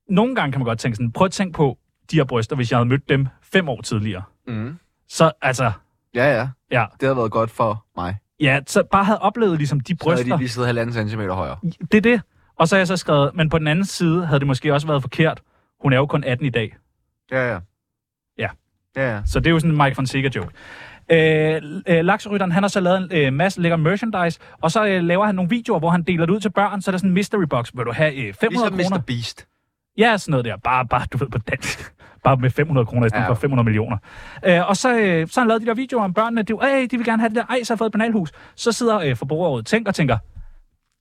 Nogle gange kan man godt tænke sådan, prøv at tænke på de her bryster, hvis jeg havde mødt dem fem år tidligere.
Mm.
Så altså,
Ja, ja.
ja.
Det har været godt for mig.
Ja, så bare havde oplevet ligesom de
Så havde
bryster.
de lige siddet halvanden centimeter højere.
Det er det. Og så har jeg så skrevet, men på den anden side havde det måske også været forkert. Hun er jo kun 18 i dag.
Ja, ja.
Ja.
Ja, ja.
Så det er jo sådan en Mike Fonseca joke. Øh, øh, Lakserytteren, han har så lavet en øh, masse lækker merchandise, og så øh, laver han nogle videoer, hvor han deler det ud til børn, så er der sådan en mystery box, hvor du have øh, 500
Ligesom
kroner.
Mr. Beast.
Ja, sådan noget der. Bare, bare du ved, på dansk. Bare med 500 kroner i stedet
Ja.
for 500 millioner. Øh, og så, øh, så har han lavet de der videoer om børnene. Det er jo, "Ey, de vil gerne have det der. Ej, så har jeg fået et banalhus. Så sidder øh, forbrugerrådet tænker og tænker,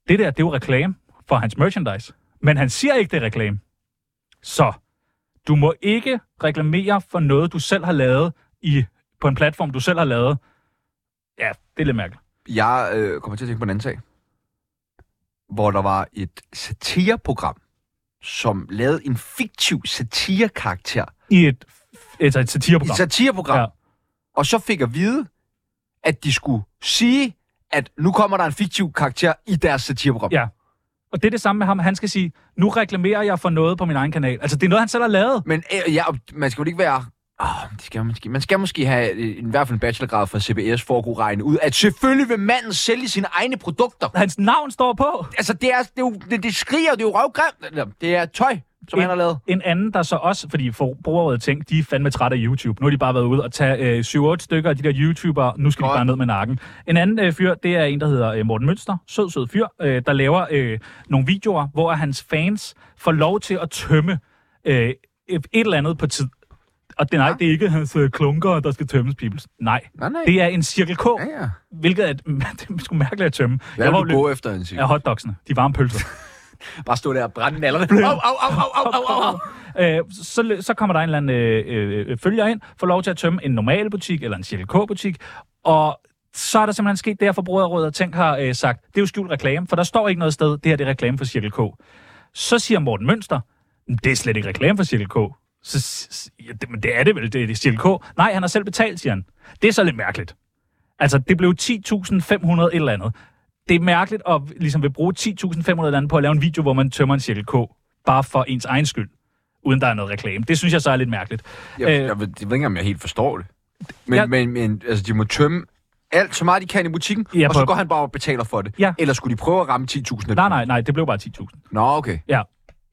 det der, det er jo reklame for hans merchandise. Men han siger ikke, det er reklame. Så du må ikke reklamere for noget, du selv har lavet i, på en platform, du selv har lavet. Ja, det er lidt mærkeligt.
Jeg øh, kommer til at tænke på en anden sag, hvor der var et satireprogram, som lavede en fiktiv satirekarakter.
I et, et, et
Et
satireprogram.
satireprogram.
Ja.
Ja. Og så fik jeg at vide, at de skulle sige, at nu kommer der en fiktiv karakter i deres satireprogram.
Ja. Og det er det samme med ham. Han skal sige, nu reklamerer jeg for noget på min egen kanal. Altså, det er noget, han selv har lavet.
Men øh, ja, og man skal jo ikke være... Oh, det skal man, måske, man skal måske have øh, i hvert fald en bachelorgrad fra CBS for at kunne regne ud, at selvfølgelig vil manden sælge sine egne produkter.
Hans navn står på.
Altså, det, er, det, er jo, det, det skriger, det er jo røvgrimt. Det er tøj. som han har lavet.
En anden, der så også, fordi forbrugerrådet tænkte, de er fandme trætte af YouTube. Nu har de bare været ude og tage øh, 7-8 stykker af de der YouTubere, nu skal de bare ned med nakken. En anden øh, fyr, det er en, der hedder øh, Morten Mønster, sød, sød fyr, øh, der laver øh, nogle videoer, hvor hans fans får lov til at tømme øh, et eller andet på tid. Og det, nej, det er ikke hans øh, klunker, der skal tømmes, peoples. Nej.
Nej, nej.
Det er en cirkel K,
Ja, ja.
hvilket er, et, det er sgu mærkeligt at tømme.
Hvad vil
jo
du
løbet
gå efter, en
af
siger?
hotdogsene, de varme pølser.
Bare stå der og brænde nallerne. Au, au, au, au, au, au, au.
Øh, så, så kommer der en eller anden øh, øh, følger ind, får lov til at tømme en normal butik eller en Cirkel K-butik, og så er der simpelthen sket det, at Forbrugerrådet og Tænk har øh, sagt, det er jo skjult reklame, for der står ikke noget sted, det her det er reklame for Cirkel K. Så siger Morten Mønster, "Men det er slet ikke reklame for Cirkel K. Så, s- s- ja, det, men det er det vel, det er Cirkel K. Nej, han har selv betalt, siger han. Det er så lidt mærkeligt. Altså, det blev 10.500 et eller andet. Det er mærkeligt at ligesom vil bruge 10.500 eller andet på at lave en video, hvor man tømmer en Cirkel K, bare for ens egen skyld uden der er noget reklame. Det synes jeg så er lidt mærkeligt.
Jeg,
Øh.
jeg, ved, jeg ved ikke, om jeg helt forstår det. Men,
Jeg-
jeg... men, men altså, de må tømme alt, så meget de kan i butikken,
Ja,
ja, og så
på-
går han bare og betaler for det.
Ja.
Eller skulle de prøve at ramme 10.000?
Nej, nej, nej, det blev bare 10.000.
Nå, okay.
Ja.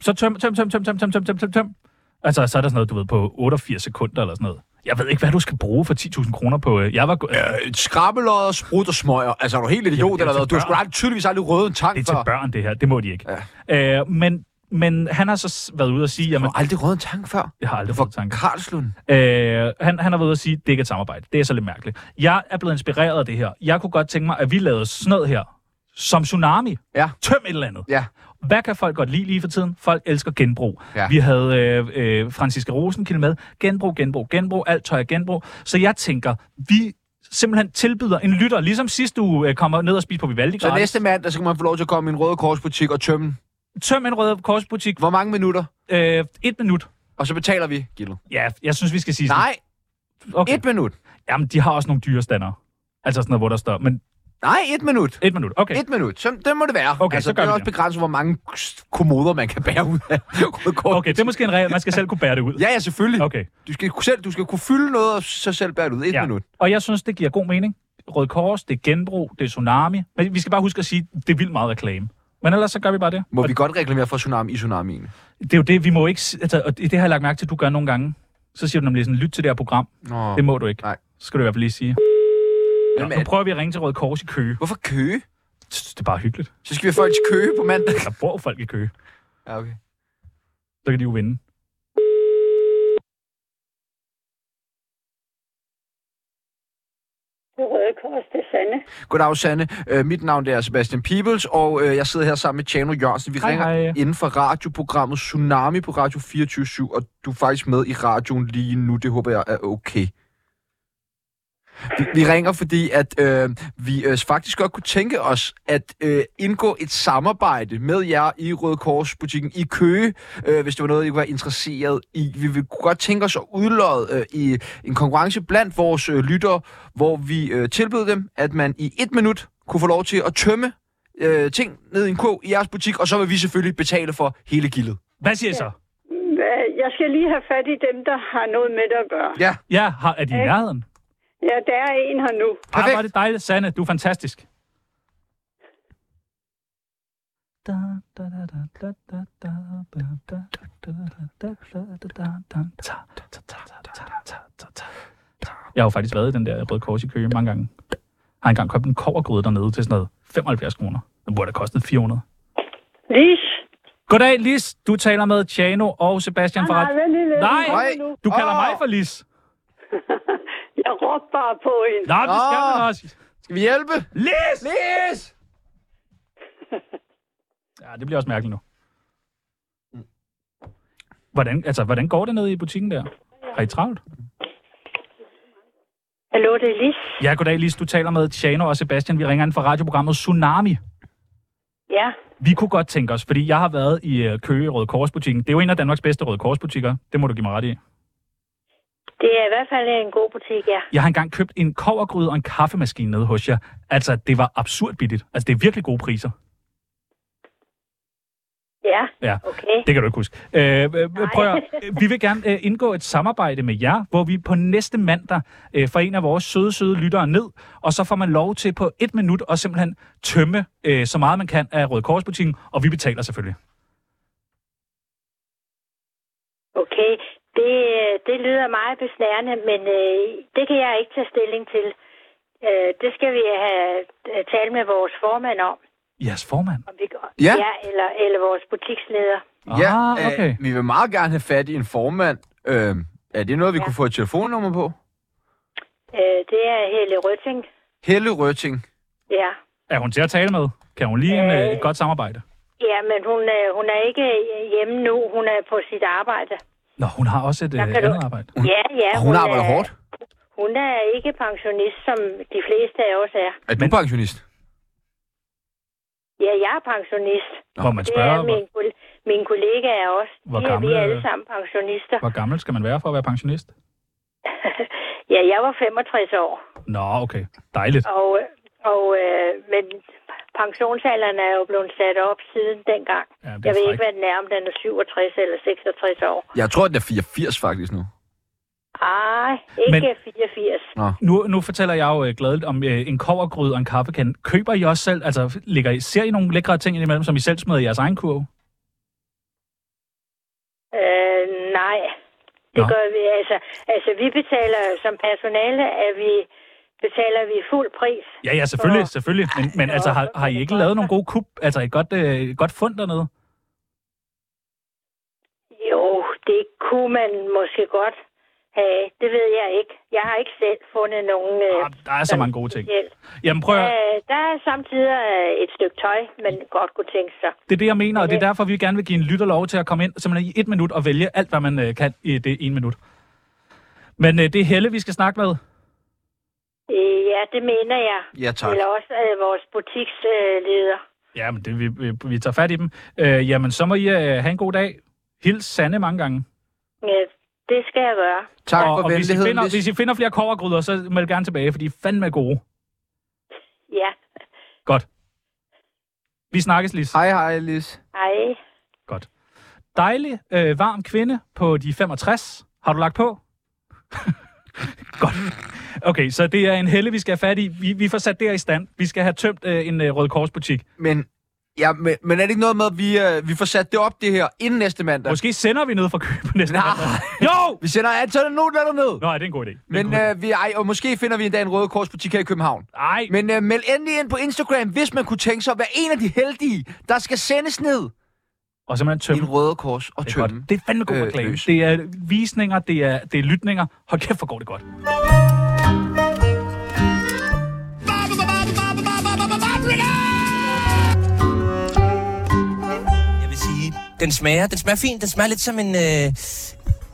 Så tøm, tøm, tøm, tøm, tøm, tøm, tøm, tøm, tøm, tøm. Altså, så er der sådan noget, du ved, på 88 sekunder eller sådan noget. Jeg ved ikke, hvad du skal bruge for 10.000 kroner på... Øh, jeg var... Øh, det
Øh, Skrabbelodder, sprut og smøger. Altså, er du helt
Jamen, det
idiot
er
eller
til
hvad? Du har
børn.
sgu aldrig, tydeligvis aldrig røget en tang
er til
før.
børn, det her. Det må de ikke. Ja. Øh, men, men han har så s- været ude og sige...
Du
Jamen,
har aldrig røget en tang før.
jeg har aldrig
For
fået tanke.
Karlslund.
Øh, han, han har været ude at sige, at det ikke er et samarbejde. Det er så lidt mærkeligt. Jeg er blevet inspireret af det her. Jeg kunne godt tænke mig, at vi lavede sådan noget her. Som tsunami.
Ja.
Tøm et eller andet.
Ja.
Hvad kan folk godt lide lige for tiden? Folk elsker genbrug.
Ja.
Vi havde øh, øh, Franciske Rosenkilde med. Genbrug, genbrug, genbrug. Alt tøj er genbrug. Så jeg tænker, vi simpelthen tilbyder en lytter, ligesom sidste uge øh, kommer ned og spise på Vivaldi.
Så
gratis.
næste mandag, så kan man få lov til at komme i en røde korsbutik og tømme.
Tøm en rød korsbutik.
Hvor mange minutter?
Øh, et minut.
Og så betaler vi, Gildo.
Ja, jeg synes, vi skal sige sådan.
Nej,
Okay.
et minut.
Jamen, de har også nogle dyrestandere. Altså sådan noget, hvor der står. Men
Nej, et minut.
et minut. Okay.
Et minut. Så, det må det være.
Okay,
altså,
så gør
det er
vi
også
det.
begrænset, hvor mange kommoder, man kan bære ud af røde kors.
Okay, det er måske en regel. Man skal selv kunne bære det ud.
Ja, ja, selvfølgelig.
Okay.
Du skal, kunne selv, du skal kunne fylde noget, og så selv bære det ud. Et
Ja.
ja. minut.
Og jeg synes, det giver god mening. Rød Kors, det er genbrug, det er tsunami. Men vi skal bare huske at sige, det er vildt meget reklame. Men ellers så gør vi bare det.
Må vi godt reklamere for tsunami i tsunamien?
Det er jo det, vi må ikke... s- Altså, og det det har jeg lagt mærke til, at du gør nogle gange. Så siger du nemlig sådan, lyt til det her program.
Nå.
Det må du ikke.
Nej.
Så skal du i hvert fald lige sige. Ja,
Hvem er
nu
det?
prøver vi at ringe til Røde Kors i Køge.
Hvorfor Køge?
Jeg synes, Det er bare hyggeligt.
Så skal vi have folk til Køge på mandag.
Der bor jo folk i Køge.
Ja, okay.
Så kan de jo vinde.
Det røde kors, det er sande.
Goddag, Sanne. Øh, mit navn det er Sebastian Peebles, og øh, jeg sidder her sammen med Tjano Jørgensen. Vi
Hej,
ringer
hej.
inden for radioprogrammet Tsunami på Radio 24 og du er faktisk med i radioen lige nu. Det håber jeg er okay. Vi, vi ringer, fordi at øh, vi øh, faktisk godt kunne tænke os at øh, indgå et samarbejde med jer i Røde Kors-butikken i Køge, øh, hvis det var noget, I kunne være interesseret i. Vi vil godt tænke os at udlåde øh, i en konkurrence blandt vores øh, lyttere, hvor vi øh, tilbød dem, at man i et minut kunne få lov til at tømme øh, ting ned i en kog i jeres butik, og så vil vi selvfølgelig betale for hele gildet.
Hvad siger I så?
Hvad- Jeg skal lige have fat i dem, der har noget med det at gøre.
Ja,
Ja, har, er de i nærheden?
Ja, der er en her nu.
Ej,
Perfekt.
hvor er det dejligt, Sanne. Du er fantastisk. Jeg har jo faktisk været i den der Røde Kors i Køge mange gange. Jeg har engang købt en kovergryde dernede til sådan noget 75 kroner. Den burde have kostet 400.
Lis.
Goddag, Lis. Du taler med Tjano og Sebastian fra...
Nej, nej, vent lige lidt.
Nej,
Hun kommer nu.
du kalder
Åh.
mig for Lis.
Jeg råbte bare på hende.
Nej, det skal
Åh.
man også.
skal vi hjælpe?
Lis!
Yes!
Ja, det bliver også mærkeligt nu. Hvordan, altså, hvordan går det ned i butikken der? Har I travlt?
Hallo, det er Lis.
Ja, goddag, Lis. Du taler med Tjano og Sebastian. Vi ringer ind fra radioprogrammet Tsunami.
Ja.
Vi kunne godt tænke os, fordi jeg har været i øh, Køge Røde Korsbutikken. Det er jo en af Danmarks bedste Røde Korsbutikker. Det må du give mig ret i.
Det er i hvert fald øh, en god butik, ja.
Jeg har engang købt en kovergryde og en kaffemaskine nede hos jer. Altså, det var absurd billigt. Altså, det er virkelig gode priser.
Ja,
Ja.
okay.
Det kan du ikke huske. Øh, øh, prøv at, høre. vi vil gerne øh, indgå et samarbejde med jer, hvor vi på næste mandag øh, får en af vores søde, søde lyttere ned, og så får man lov til på et minut at simpelthen tømme øh, så meget man kan af Røde Korsbutikken, og vi betaler selvfølgelig.
Okay, det, øh, det lyder meget besnærende, men øh, det kan jeg ikke tage stilling til. Øh, det skal vi have øh, talt med vores formand om.
Jeres formand?
om vi,
Ja.
ja eller, eller vores butiksleder.
Ja,
Ah, okay.
øh, vi vil meget gerne have fat i en formand. Øh, er det noget, vi ja. kunne få et telefonnummer på?
Øh, det er Helle Røtting.
Helle Røtting.
Ja.
Er hun til at tale med? Kan hun lige en, øh, et godt samarbejde?
Ja, men hun, øh, hun er ikke hjemme nu. Hun er på sit arbejde.
Nå, hun har også et øh,
kan du-
andet arbejde.
Ja, ja.
Og hun arbejder
er,
hårdt.
Hun er ikke pensionist, som de fleste af os er.
Er du
Men-
pensionist?
Ja, jeg er pensionist.
Må man
Det er
spørge, hvor,
min, kol- min kollega er også.
Hvor
vi, er, vi
gamle-
er alle sammen pensionister.
hvor gammel skal man være for at være pensionist?
Ja, jeg var 65 år.
Nå, okay. Dejligt.
Og, øh, og, øh, men pensionsalderen er jo blevet sat op siden dengang.
Ja, det
Jeg
er
ved
frækt.
ikke, hvad den er, om den er 67 eller 66 år.
Jeg tror, den er 84 faktisk nu.
Ej, ikke
Men-
men... 84.
Nu, nu fortæller jeg jo øh, gladeligt om øh, en kovergryde og en kaffekande. Køber I også selv? Altså, ligger I, ser I nogle lækre ting imellem, som I selv smider i jeres egen kurv?
Øh, nej, det
Nå.
gør vi. Altså, altså, vi betaler som personale, at vi betaler vi fuld pris.
Ja, ja, selvfølgelig, selvfølgelig. Men, men altså, har, har I ikke lavet nogle gode kub? Altså, et godt, øh, et godt fund dernede?
Jo, det kunne man måske godt have. Det ved jeg ikke. Jeg har ikke selv fundet nogen... Øh,
Ah, Der er så mange gode ting.
speciel.
Jamen, prøv at,
Øh, der er samtidig øh, et stykke tøj, man godt kunne tænke sig.
Det er det, jeg mener, og det er derfor, vi gerne vil give en lytter lov til at komme ind simpelthen i et minut og vælge alt, hvad man øh, kan i det ene minut. Men øh, det er Helle, vi skal snakke med.
Øh, ja, det mener jeg.
Ja, tak.
Eller også øh, vores butiksleder.
Ja, men det, vi, vi, vi tager fat i dem. Øh, jamen, så må I øh, have en god dag. Hils Sande mange gange.
Øh, det skal jeg gøre.
Tak
og,
for
og hvis, I
venligheden.
finder,
Lis.
hvis I finder flere kovergryder, så meld gerne tilbage, for de er fandme gode.
Ja,
Godt. Vi snakkes, Lis.
Hej, hej, Lis.
hej.
Godt. Dejlig, øh, varm kvinde på de 65. Har du lagt på? Godt. Okay, så det er en helle, vi skal have fat i. Vi, vi får sat det her i stand. Vi skal have tømt øh, en øh, Røde Kors-butik.
Men, ja, men, men er det ikke noget med, at vi, øh, vi får sat det op, det her, inden næste mandag?
Måske sender vi noget fra Køben næste
Nej.
mandag. Jo!
Vi sender Anton Nordlander ned.
Nå, er det er en god idé. Det er en
Men
god idé.
øh, vi, ej, og måske finder vi en dag en Røde Kors butik her i København.
Ej,
Men øh, meld endelig ind på Instagram, hvis man kunne tænke sig at være en af de heldige, der skal sendes ned
og simpelthen
i
tømme.
en Røde Kors og
Det er,
tømme.
godt. det er fandme god
Øh,
reklame.
løs.
det er visninger, det er, det er lytninger. Hold kæft, hvor går det godt.
Jeg vil sige, den smager, den smager fint. Den smager lidt som en... Øh...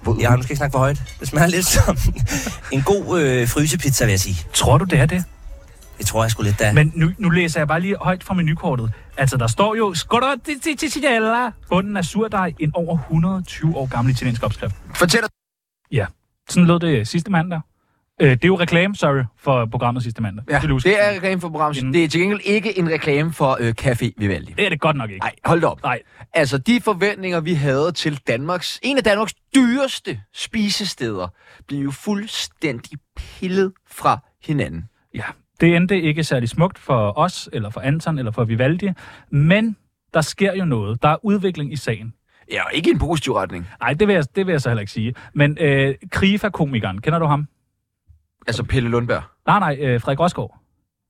Ja, nu skal jeg ikke snakke for højt. Den smager lidt som en god øh, frysepizza, vil jeg sige.
Tror du, det er det?
Det tror jeg sgu lidt, da. Men...
Men nu, nu læser jeg bare lige højt fra menukortet. Altså, der står jo... Scorotticicella! Bunden af surdej, en over 120 år gammel italiensk opskrift.
Fortæl os.
Ja, sådan lød det sidste mandag. Øh, det er jo reklame, sorry, for programmet sidste mandag.
Ja,
vil du huske.
det er reklame for Brams.
Inden.
Det er til gengæld ikke en reklame for øh, Café Vivaldi.
det er det godt nok ikke.
Nej, hold da op.
Nej.
Altså, de forventninger, vi havde til Danmarks, en af Danmarks dyreste spisesteder, blev jo fuldstændig pillet fra hinanden.
Ja, det endte ikke særlig smukt for os, eller for Anton, eller for Vivaldi. Men der sker jo noget. Der er udvikling i sagen.
Ja, og ikke i en positiv retning.
Nej, det vil, jeg, det vil jeg så heller ikke sige. Men øh, Krifa-komikeren, kender du ham?
Altså Pelle Lundberg.
Nej, nej, øh, Frederik Rosgaard.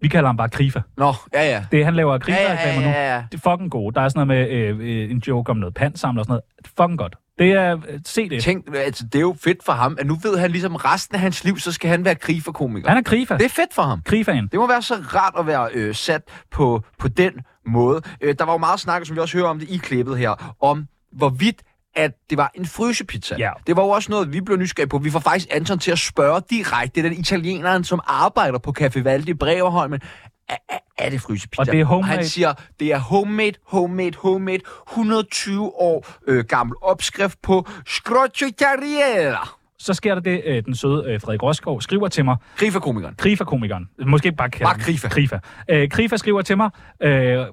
Vi kalder ham bare Krifa.
Nå, ja, ja.
Det, han laver krifa
Ja, ja, ja, ja, ja.
Det er fucking godt. Der er sådan noget med øh, øh, en joke om noget pantsamler og sådan noget. Det er fucking godt. Det er... Øh, se det.
Tænk, altså, det er jo fedt for ham, at nu ved han ligesom resten af hans liv, så skal han være krig for komikere.
Han er krifa.
Det er fedt for ham.
Krifaen.
Det må være så rart at være øh, sat på, på den måde. Øh, der var jo meget snak, som vi også hører om det i klippet her, om hvorvidt at det var en frysepizza.
Ja.
Det var jo også noget, vi blev nysgerrige på. Vi får faktisk Anton til at spørge direkte den italieneren, som arbejder på Café Valdi i Breverholmen. Er, er, er det frysepizza?
Og det er homemade.
han siger, det er homemade, homemade, homemade. 120 år øh, gammel opskrift på Scrocciariella.
Så sker der det, øh, den søde øh, Frederik Rosgaard skriver til mig.
Griferkomikeren.
Krifa-komikeren. Måske bare kalde
Bare
ham
Krifa.
Krifa. Øh, Krifa skriver til mig. Øh,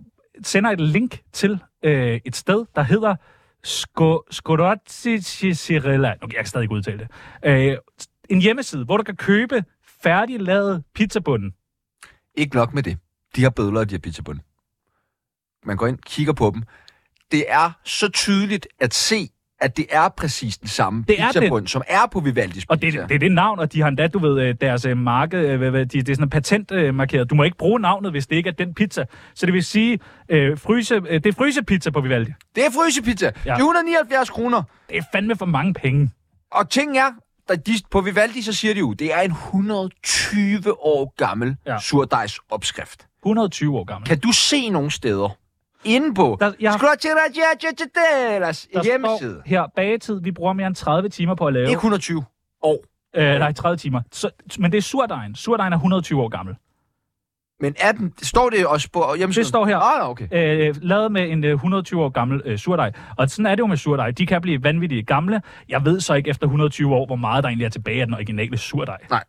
sender et link til øh, et sted, der hedder Skorotticirella. Okay, jeg kan stadig ikke udtale det. Øh, en hjemmeside, hvor du kan købe færdiglavet pizzabunden.
Ikke nok med det. De har bødler, og de har pizzabund. Man går ind, kigger på dem. Det er så tydeligt at se, at det er præcis den samme
Det er
pizzabund, som er på Vivaldis
Og det,
pizza.
det er det navn, og de har endda, du ved, øh, deres øh, marked, øh, hvad- hvad- de, det er sådan patentmarkeret. Du må ikke bruge navnet, hvis det ikke er den pizza. Så det vil sige, øh, fryse, øh, det er frysepizza på Vivaldi.
det er frysepizza. Ja. Det er 179 kroner.
Det er fandme for mange penge.
Og ting er, da de, på Vivaldi, så siger de jo, det er en 120 år gammel
Ja.
ja. surdejsopskrift.
120 år gammel.
Kan du se nogle steder inde på
Der- jeg-
Scrotterajajajajaders
Der
hjemmeside?
står her bagetid, vi bruger mere end 30 timer på at lave.
Ikke 120 år.
Øh, nej, 30 timer. Så, men det er surdejen. Surdejen er 120 år gammel.
Men er den, står det også på hjemmesiden?
Det står her.
Ah, nå, okay.
Øh, lavet med en øh, 120 år gammel øh, surdej. Og sådan er det jo med surdej. De kan blive vanvittige gamle. Jeg ved så ikke efter 120 år, hvor meget der egentlig er tilbage af den originale surdej.
Nej.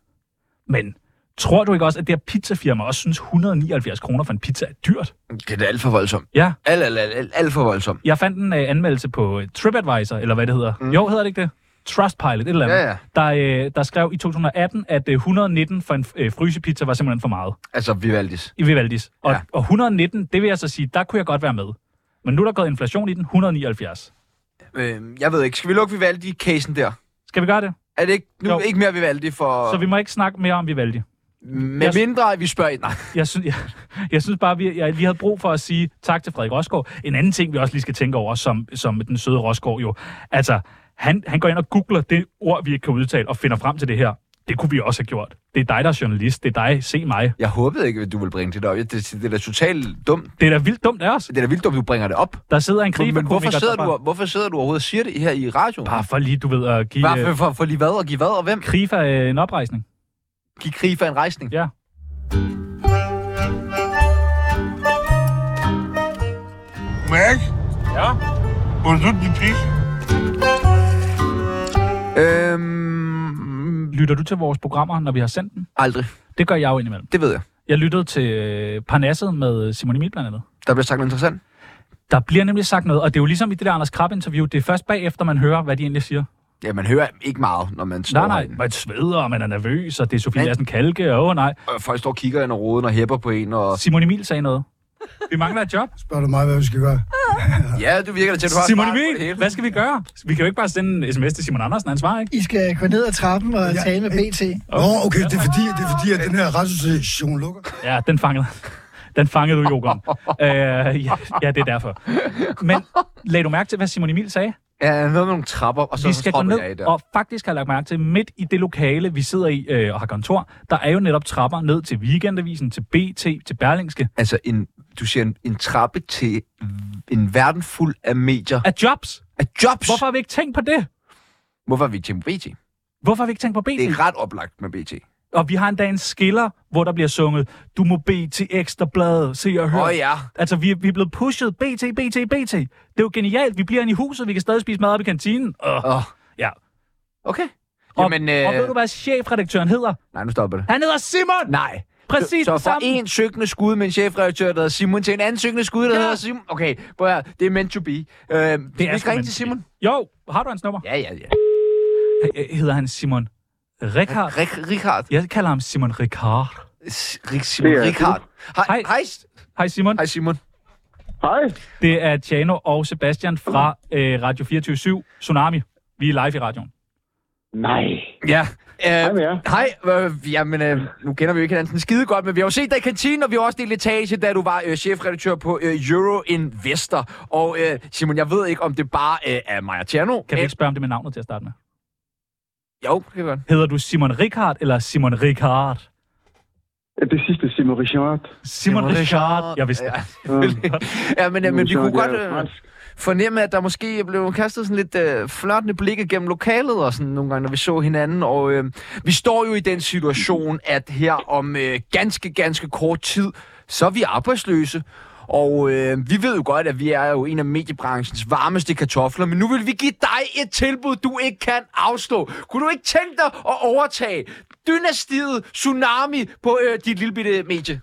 Men tror du ikke også, at det her pizzafirma også synes 179 kroner for en pizza er dyrt?
Det er da alt for voldsomt.
Ja.
Alt, alt, alt, alt, alt for voldsomt.
Jeg fandt en øh, anmeldelse på øh, TripAdvisor, eller hvad det hedder. Mm. Jo, hedder det ikke det? Trustpilot, et eller andet.
Ja, ja.
Der, øh, der skrev i 2018, at øh, 119 for en øh, frysepizza var simpelthen for meget.
Altså, Vivaldis.
i Vivaldis. Og, ja.
Ja.
og 119, det vil jeg så sige, der kunne jeg godt være med. Men nu er der gået inflation i den, 179.
Øh, jeg ved ikke. Skal vi lukke Vivaldi-casen der?
Skal vi gøre det?
Er det ikke, nu
Jo.
jo. ikke mere Vivaldi for...
Så vi må ikke snakke mere om Vivaldi.
Med
Jeg-
mindre, at vi spørger... Nej,
Jeg, sy- jeg, jeg synes bare, vi, jeg, vi havde brug for at sige tak til Frederik Rosgaard. En anden ting, vi også lige skal tænke over, som, som den søde Rosgaard jo. Altså, han, han går ind og googler det ord, vi ikke kan udtale, og finder frem til det her. Det kunne vi også have gjort. Det er dig, der er journalist. Det er dig. Se mig.
jeg håbede ikke, at du ville bringe det op. Det, det er da totalt dumt.
Det er da vildt dumt af os.
Det er da vildt dumt, at du bringer det op.
Der sidder en
Men,
griber
men hvorfor, sidder du, hvorfor sidder du overhovedet og siger det her i radioen?
Bare for lige, du ved, at give
Bare
øh,
for, for, for lige hvad og give hvad og hvem?
Krifa øh, en oprejsning.
Giv krig for en rejsning.
Ja.
Mac? Ja? Hvor er du din pis?
Øhm,
Lytter du til vores programmer, når vi har sendt dem?
aldrig.
Det gør jeg jo indimellem.
Det ved jeg.
Jeg lyttede til øh, Parnasset med Simon Emil blandt andet.
Der bliver sagt noget interessant.
Der bliver nemlig sagt noget, og det er jo ligesom i det der Anders Krab-interview, det er først bagefter, man hører, hvad de egentlig siger.
Ja, man hører ikke meget, når man står
Nej, nej,
herinde.
man sveder, og man er nervøs, og det er Sofie
Men-
Lassen Kalke, og åh nej.
Og folk står og kigger ind og roden og hæpper på en. Og...
Simon Emil sagde noget. Vi mangler et job.
Spørger du mig, hvad vi skal gøre?
Ja, du virker da til, at du har
Simon
svaret på det
Emil,
hele.
hvad skal vi gøre? Vi kan jo ikke bare sende en sms til Simon Andersen, han svarer ikke.
I skal gå ned ad trappen og
Ja.
tale med BT. Nå, okay, det er fordi, det er fordi at den her radiostation lukker.
Ja, den fangede. Den fangede du, Jokeren. øh, ja, ja, det er derfor. Men lagde du mærke til, hvad Simon Emil sagde?
Ja, noget med nogle trapper, og så,
vi
så
skal gå
stropper jeg af
ned,
der.
og faktisk har jeg lagt mærke til, midt i det lokale, vi sidder i øh, og har kontor, der er jo netop trapper ned til Weekendavisen, til BT, til Berlingske,
Altså, en, du siger en, en trappe til en verden fuld af medier.
af jobs.
Af jobs!
Hvorfor har vi ikke tænkt på det?
Hvorfor er vi til BT?
Hvorfor har vi ikke tænkt på BT?
Det er ret oplagt med BT.
Og vi har endda en skiller, hvor der bliver sunget, du må bede til ekstrabladet, se og hør.
Åh oh, ja.
Altså, vi, vi er blevet pushet, BT, BT, BT. Det er jo genialt, vi bliver inde i huset, vi kan stadig spise mad op i kantinen. Og,
Oh.
ja.
Okay.
og,
Jamen,
og ved
øh...
du, hvad chefredaktøren hedder?
Nej, nu stopper det.
Han hedder Simon!
Nej.
Præcis
så,
det
så fra
samme.
en søgende skud med en chefredaktør, der hedder Simon, til en anden søgende skud, der
Ja.
ja. hedder Simon. Okay, prøv at høre. Det er meant to be. Øh, det
Det
vi
er
skal
sgu
ringe
da
til Simon.
Jo, har du hans nummer?
Ja, ja, ja.
Øh, hedder han Simon Rikard.
Rik, Richard.
Jeg kalder ham Simon Rikard.
S- Rik, Simon Richard. Hej.
Hej.
Hej.
Hej Simon,
Hej, Simon.
det er Tjano og Sebastian fra øh, Radio 24 Tsunami. Vi er live i radioen.
Ja. Øh, hej, øh, jamen, øh, nu kender vi jo ikke hinanden sådan skide godt, men vi har jo set dig i kantinen, og vi har også delt etage, da du var øh, chefredaktør på øh, Euro Investor. Og øh, Simon, jeg ved ikke, om det bare øh, er Maja Tjerno. Øh,
Kan vi ikke spørge om det med navnet til at starte med?
Jo, det kan vi godt.
Hedder du Simon Rikard eller Simon Rikard?
Det sidste, Simon Richard.
Simon Rikard. Jeg vidste det.
Ja, selvfølgelig. ja, men, øh, men vi kunne godt øh, fornemme, at der måske blev kastet sådan lidt øh, flørtende blikke gennem lokalet og sådan nogle gange, når vi så hinanden. Og øh, vi står jo i den situation, at her om øh, ganske, ganske kort tid, så er vi arbejdsløse. Og øh, vi ved jo godt, at vi er jo en af mediebranchens varmeste kartofler, men nu vil vi give dig et tilbud, du ikke kan afstå. Kunne du ikke tænke dig at overtage dynastiet Tsunami på øh, dit lille bitte medie?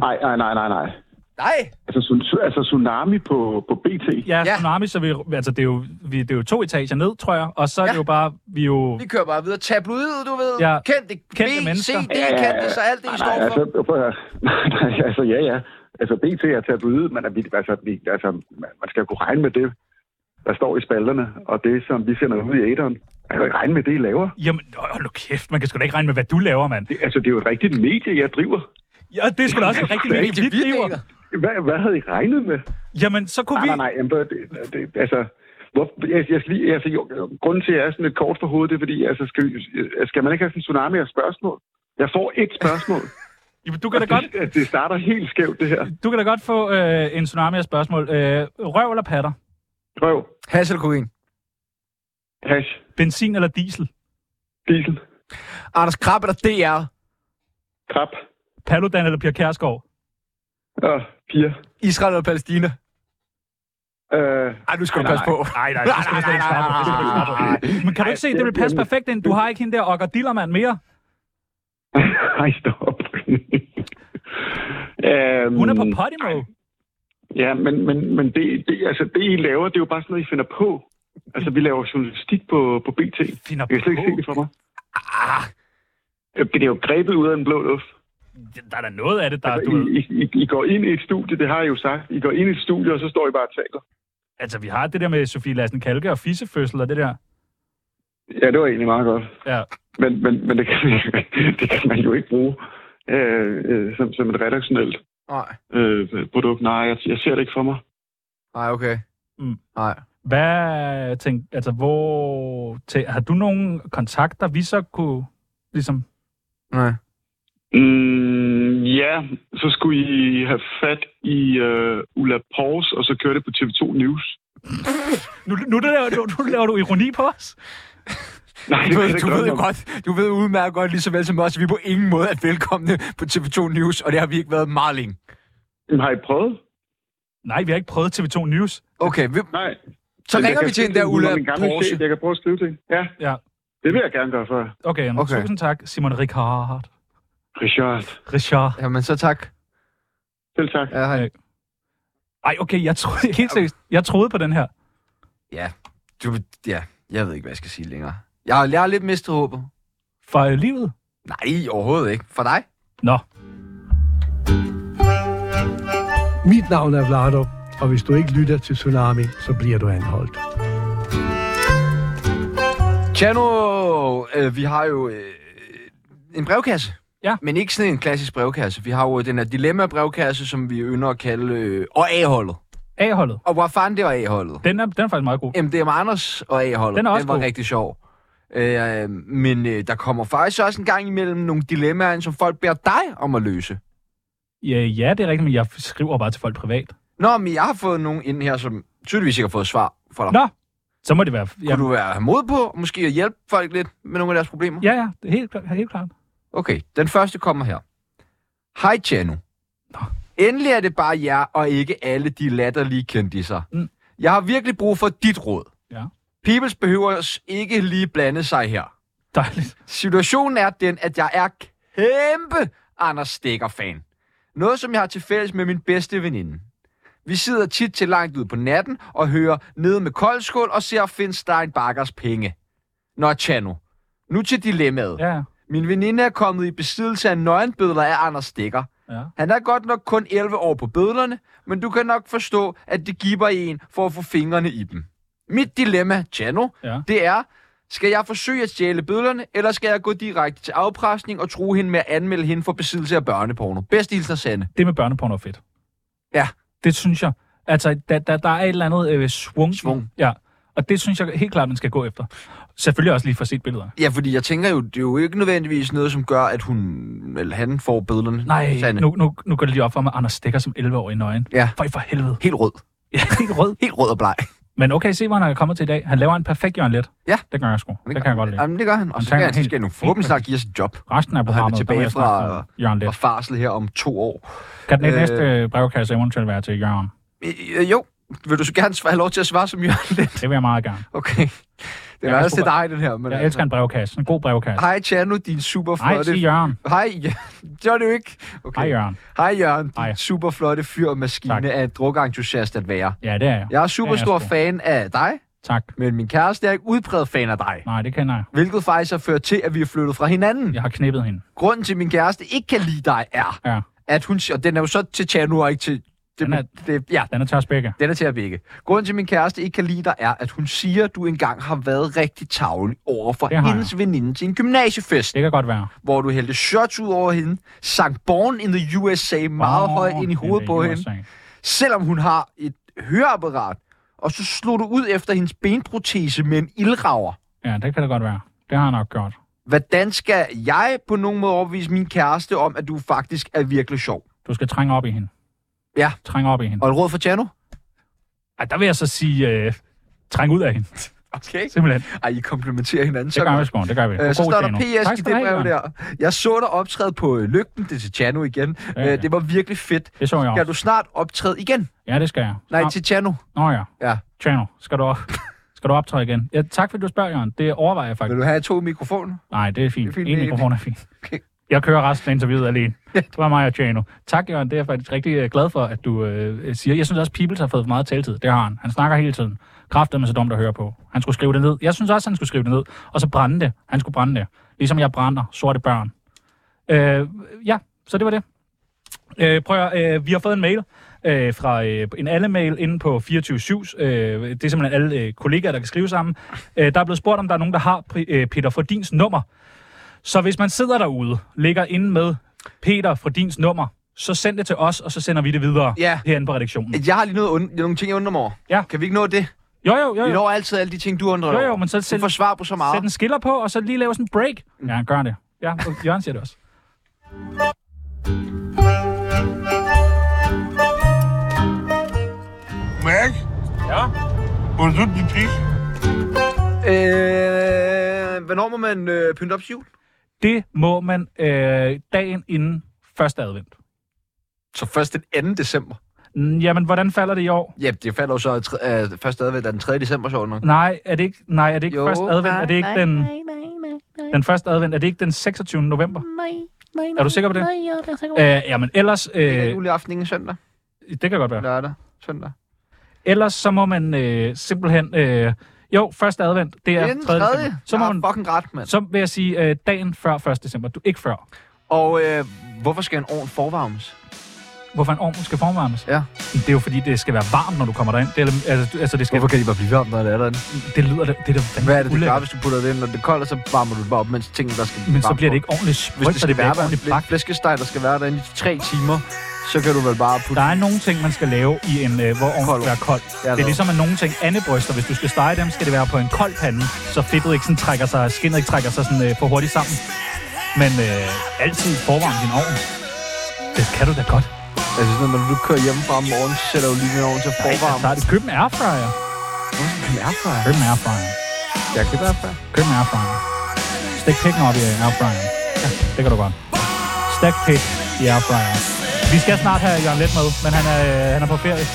Nej, nej, nej, nej, nej.
Nej.
Altså, tsun- altså tsunami på, på BT.
Ja,
Ja.
Tsunami, så vi, altså, det, er jo, vi, det er jo to etager ned, tror jeg. Og så er det
Ja.
jo bare, vi er jo...
Vi kører bare videre. Tabloidet, du ved.
Ja.
Ja. Kendte,
Kendte
kendte B,
mennesker.
mennesker. CD, kendte, så alt det, I
Nej,
står
nej,
for.
Altså, prøv at høre. nej, nej, altså, ja, ja. Altså, BT er taget ud, men er vi- altså, vi, altså, man man skal kunne regne med det. der står i spalterne, og det, som vi sender ud i æderen. Jeg kan jo ikke regne med det, I laver.
Jamen, hold nu kæft, man kan sgu da ikke regne med, hvad du laver, mand.
Det, altså, det er jo et rigtigt medie, jeg driver.
Ja, det er sgu da også et rigtigt medie, vi driver.
Hvad, hvad havde I regnet med?
Jamen, så kunne
nej,
vi...
Nej, nej, jamen, det, det- det, altså... Hvor, jeg, jeg skal lige, altså, jo, grunden til, at jeg er sådan lidt kort for hovedet, det er fordi, altså, skal, skal man ikke have sådan en tsunami af spørgsmål? Jeg får et spørgsmål.
Jamen, du kan da godt...
Det, det starter helt skævt, det her.
Du kan da godt få øh, en tsunami af spørgsmål. Øh, røv eller patter?
Røv.
Hash eller kokain?
Hash.
Benzin eller diesel?
Diesel.
Anders Krab eller DR?
Krab.
Paludan eller Pia Kærsgaard?
Og piger.
Israel eller Palæstina?
Øh,
Ej, nu skal du
nej,
passe på.
Nej, nej, det skal du slet ikke svare på. Det skal du ikke svare på. Men kan du ikke se, det vil passe perfekt ind? Du har ikke hende der Okker Dillermand mere.
Ej, stop. øhm,
Hun er på Podimo.
Ja, men, men, men det, det, altså, det, I laver, det er jo bare sådan noget, I finder på. Altså, vi laver journalistik på, på BT.
Finder
jeg kan slet ikke
på?
se det for mig. Ah. Det er jo grebet ud af en blå luft.
Der er da noget af det, der...
Altså,
Du ved,
I, I- I, I, går ind i et studie, det har jeg jo sagt. I går ind i et studie, og så står I bare og taler.
altså, vi har det der med Sofie Lassen Kalke og fissefødsel og det der.
Ja, det var egentlig meget godt.
Ja.
Men, men, men det, kan, det kan man jo ikke bruge øh, øh, som, som et redaktionelt
Nej.
øh, produkt. Nej, jeg, jeg ser det ikke for mig.
Nej, okay.
Mm.
Nej.
Hvad tænk, altså, hvor... Til, har du nogle kontakter, vi så kunne ligesom...
Nej.
Mm, ja, så skulle I have fat i øh, Ulla Pors, og så køre det på TV2 News.
Nu, nu, laver, nu, nu laver du ironi på os.
Nej,
Du
kan jeg
ved,
da
du ved jo
om.
godt, du ved udmærket godt, lige så vel som os, at vi på ingen måde er velkomne på TV2 News, og det har vi ikke været meget længe.
Jamen, har I prøvet?
Nej, vi har ikke prøvet TV2 News.
Okay, vi,
Nej.
så
Men jeg
ringer
kan
vi til
skrive
en der
til
Ulla
min gamle
Porsche.
chef, Jeg kan prøve at skrive til hende. Ja,
Ja.
det vil jeg gerne gøre for jer.
Okay, jamen,
Okay.
okay. tusind tak, Simon Richard.
Richard.
Richard.
Jamen, så tak.
Selv tak.
Ja, hej.
Ej, okay, jeg troede, helt seriøst, jeg troede på den her.
Ja, du, ja, jeg ved ikke, hvad jeg skal sige længere. Jeg har, jeg har lidt mistet håbet.
For øh, livet?
Nej, overhovedet ikke. For dig?
Nå,
Mit navn er Vlado, og hvis du ikke lytter til Tsunami, så bliver du anholdt.
Tjano, øh, vi har jo øh, en brevkasse.
Ja.
Men ikke sådan en klassisk brevkasse. Vi har jo den her dilemma-brevkasse, som vi ynder at kalde øh, og A-holdet.
A-holdet.
Og hvor fanden det var A-holdet?
Den er, den er faktisk meget god.
Jamen, det er med Anders og A-holdet.
Den er også
den var
god.
rigtig sjov. Øh, men øh, der kommer faktisk også en gang imellem nogle dilemmaer, ind, som folk beder dig om at løse.
Ja, ja, det er rigtigt, men jeg skriver bare til folk privat.
Nå, men jeg har fået nogen ind her, som tydeligvis ikke har fået svar fra dig.
Nå, så må det være... Ja,
Kunne du være have mod på, og måske at hjælpe folk lidt med nogle af deres problemer?
ja, ja det er helt, klart- helt klart.
Okay, den første kommer her. Hej Tjano. Endelig er det bare jer, og ikke alle de latterlige kendiser.
Mm.
Jeg har virkelig brug for dit råd.
Ja.
Peoples behøver s- ikke lige blande sig her.
Dejligt.
Situationen er den, at jeg er kæmpe Anders Stikker-fan. Noget, som jeg har til fælles med min bedste veninde. Vi sidder tit til langt ud på natten og hører nede med koldskål og ser Finn Steinbakkers penge. Nå, Tjano. Nu til dilemmaet.
Ja,
Min veninde er kommet i besiddelse af nøgenbødler af Anders Stikker.
ja.
Han er godt nok kun 11 år på bødlerne, men du kan nok forstå, at det giver en for at få fingrene i dem. Mit dilemma, Tjano,
Ja.
det er, skal jeg forsøge at stjæle bødlerne, eller skal jeg gå direkte til afpresning og true hende med at anmelde hende for besiddelse af børneporno? Bedst hilser Sande.
Det med børneporno er fedt.
Ja.
Det synes jeg. Altså, der, der, der er et eller andet øh, svung.
Svung.
Ja, og det synes jeg helt klart, man skal gå efter. Selvfølgelig også lige for set billederne.
Ja, fordi jeg tænker jo, det er jo ikke nødvendigvis noget, som gør, at hun eller han får bødlerne.
Nej,
Sande.
nu, nu, nu går det lige op for mig. Anders stikker som 11-årig i nøgen.
Ja.
For, for helvede.
Helt rød.
Ja, helt rød.
Helt rød og bleg.
Men okay, se, hvor han er kommet til i dag. Han laver en perfekt Jørgen Let.
Ja.
Det gør jeg sgu. Det,
gør
det kan jeg godt lide.
Jamen, det gør han. Og
Han
så skal
tænker
han, så
helt-
skal han jo forhåbentlig snart give os et job.
Resten
Og han
af
er
programmet, der må
tilbage
jeg snakke
fra,
med Jørgen
fra
Let.
farsel her om to år.
Kan den
øh,
øh, næste brevkasse eventuelt være til Jørgen?
Øh, øh, Jo, vil du så gerne sv- have lov til at svare som Jørgen Let?
Det vil jeg meget gerne.
Okay. Den
Jeg
er
er
også til
sgu-
dig, den her. Men altså.
Jeg elsker en brevkasse. En god brevkasse.
Hej, Tjerno, din
Nej,
superflotte...
sig Jørgen.
Hej, Jørgen. det var det jo ikke. Okay.
Hej, Jørgen.
Hej, Jørgen. Din
Hej.
superflotte fyr og maskine
Tak.
er en drukentusiast at være.
Ja, det er jeg.
Jeg er super
Det er jeg
stor
sgu.
fan af dig,
Tak.
men min kæreste er ikke udpræget fan af dig.
Nej, det kender jeg.
Hvilket faktisk har ført til, at vi er flyttet fra hinanden.
Jeg har knippet hende.
Grunden til, at min kæreste ikke kan lide dig, er,
Ja.
at hun... Og den er jo så til Tjerno og ikke til Det, den er, det, ja.
Den er til os begge.
Den er til at vække. Grunden til, at min kæreste ikke kan lide dig, er, at hun siger, at du engang har været rigtig tavlig over for
Det har
hendes veninde til en gymnasiefest.
Det kan godt være.
Hvor du hældte shots ud over hende, sang Born in the USA meget
Born
oh, højt ind i
in
hovedet
the
på
USA.
hende. Selvom hun har et høreapparat, og så slog du ud efter hendes benprotese med en ildrager.
Ja, det kan det godt være. Det har jeg nok gjort.
Hvordan skal jeg på nogen måde overbevise min kæreste om, at du faktisk er virkelig sjov?
Du skal trænge op i hende.
Ja.
Trænge op i hende.
Og et råd for Tjerno?
Ej, der vil jeg så sige, øh, træng ud af hende.
Okay.
Simpelthen.
Ej, I komplementerer hinanden.
Det gør vi, Skåne. Det gør vi.
Øh, så
God
står
dag
der
nu.
PS
Tak
i
skal
det
du have,
brev der.
Jørgen.
Jeg så dig optræde på øh, Lygten, det er til Tjano igen.
Ja,
Øh, Det var virkelig fedt.
Det så jeg
Skal
også.
du snart optræde igen?
Ja, det skal jeg.
Nej,
Snart.
til Tjano.
Nå ja.
Ja.
Tjerno, skal du, op- skal du optræde igen? Ja, tak fordi du spørger, Jørgen. Det overvejer jeg faktisk.
Vil du have to mikrofoner?
Nej, det er fint.
Det er
Det
fint,
en
det er
mikrofon er fint. Okay. Jeg kører resten af interviewet alene. Det var mig og Tjano. Tak, Jørgen. Det er jeg faktisk rigtig øh, glad for, at du øh, siger. Jeg synes også, Peoples har fået for meget taltid. Det har han. Han snakker hele tiden. Kræftet med så dumt at høre på. Han skulle skrive det ned. Jeg synes også, han skulle skrive det ned. Og så brænde det. Han skulle brænde det. Ligesom jeg brænder sorte børn. Øh, ja, så det var det. Øh, prøv at, høre, øh, vi har fået en mail øh, fra øh, en alle-mail inde på 24-7's. Øh, det er simpelthen alle øh, kollegaer, der kan skrive sammen. Øh, der er blevet spurgt, om der er nogen, der har pri- øh, Peter Fordins nummer. Så hvis man sidder derude, ligger inde med Peter Fordins nummer, så send det til os, og så sender vi det videre
Ja.
herinde på redaktionen.
Jeg har lige noget und- nogle ting, jeg undrer mig over.
Mm. Ja.
Kan vi ikke nå det?
Jo, jo, jo.
Vi
jo.
når altid alle de ting, du undrer dig
Jo, jo,
over.
men så sæt-
Du får svar på så meget.
Sæt en skiller på, og så lige lave sådan en break. Ja, han gør det. Ja, og Jørgen siger det også.
Mærk? Ja? Hvor du din pik?
Øh, hvornår må man øh, pynte op til jul?
Det må man øh, dagen inden første advent.
Så først den 2. december.
Mm, Jamen, hvordan falder det i år?
Ja, det falder jo så øh, tre- øh, første advent er den 3. december, så nok.
Nej, er det ikke, nej, er det ikke
Jo,
første advent?
nej,
er det ikke
nej,
den,
nej,
den første advent? Er det ikke den 26. november?
Nej, nej,
Er du sikker på det?
Nej, jeg er sikker
Øh, jamen, ellers...
det.
Øh,
Juleaften, ingen søndag,
det kan godt være.
lørdag, søndag.
Ellers så må man øh, simpelthen... Øh, jo, første advent, det er
Det er den
3.
tredje.
december. Så, må
Jeg har
man,
fucking ret, mand.
så vil jeg sige øh, dagen før 1. december. Du, ikke før.
Og øh, hvorfor skal en ovn forvarmes?
Hvorfor en ovn skal formvarmes?
Ja.
Det er jo fordi, det skal være varmt, når du kommer derind. Det er, altså, altså, det skal,
Hvorfor kan de bare blive varmt, når det er derinde?
Det lyder da, det er da
Hvad er det, det
ulækkert.
gør, hvis du putter det ind, når det er koldt, så varmer du det bare op, mens tingene der skal
Men så
varme
bliver det
på.
ikke ordentligt
Hvis det
sprøjt, så
skal
det bliver ikke
være en
ordentligt
flæskesteg, der skal være derinde i tre timer, så kan du vel bare putte...
Der er nogle ting, man skal lave i en, øh, hvor ovnen skal være kold. Det er
der.
ligesom med nogle ting, andebryster, hvis du skal stege dem, skal det være på en kold pande, så fedtet ikke sådan trækker sig, skinnet ikke trækker sig sådan øh, for hurtigt sammen. Men øh, altid forvarm din ovn. Det kan du da godt.
Altså, sådan, når du kører hjemmefra om morgenen, så sætter du lige en ovn til at
Nej,
forvarme.
altså, køb en airfryer.
Køb en airfryer?
Køb en airfryer.
Jeg køber airfryer.
Køb en airfryer. Stik pikken op i øh, airfryeren. Ja, det kan du godt. Stik pik i airfryer. Vi skal snart have Jørgen Let med, men han er, øh, han er på ferie.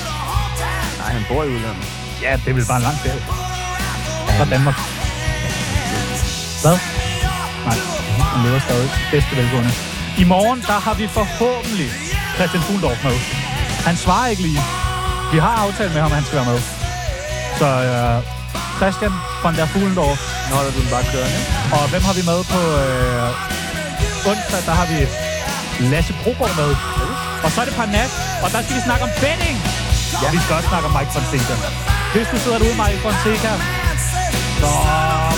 Nej, han bor i udlandet.
Ja, det er vel bare en lang ferie. Fra Danmark. Hvad? Nej, han lever stadig bedste velgående. I morgen, der har vi forhåbentlig Christian Fuglendorf med. Han svarer ikke lige. Vi har aftalt med ham, at han skal være med. Så øh, Christian von der Fuglendorf.
Nu holder du den bare kørende.
Og hvem har vi med på øh, onsdag? Der har vi Lasse Brogaard med. Og så er det Parnas, og der skal vi snakke om betting. Ja. Vi skal også snakke om Mike Fonseca. Hvis du sidder derude, Mike Fonseca, så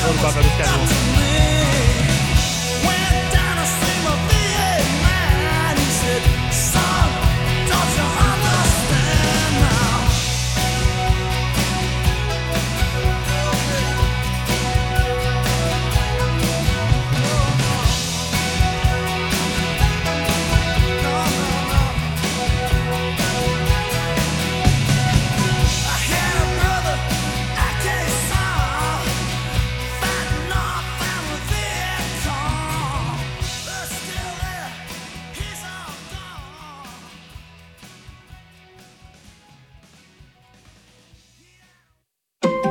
ved du godt, hvad du skal nu.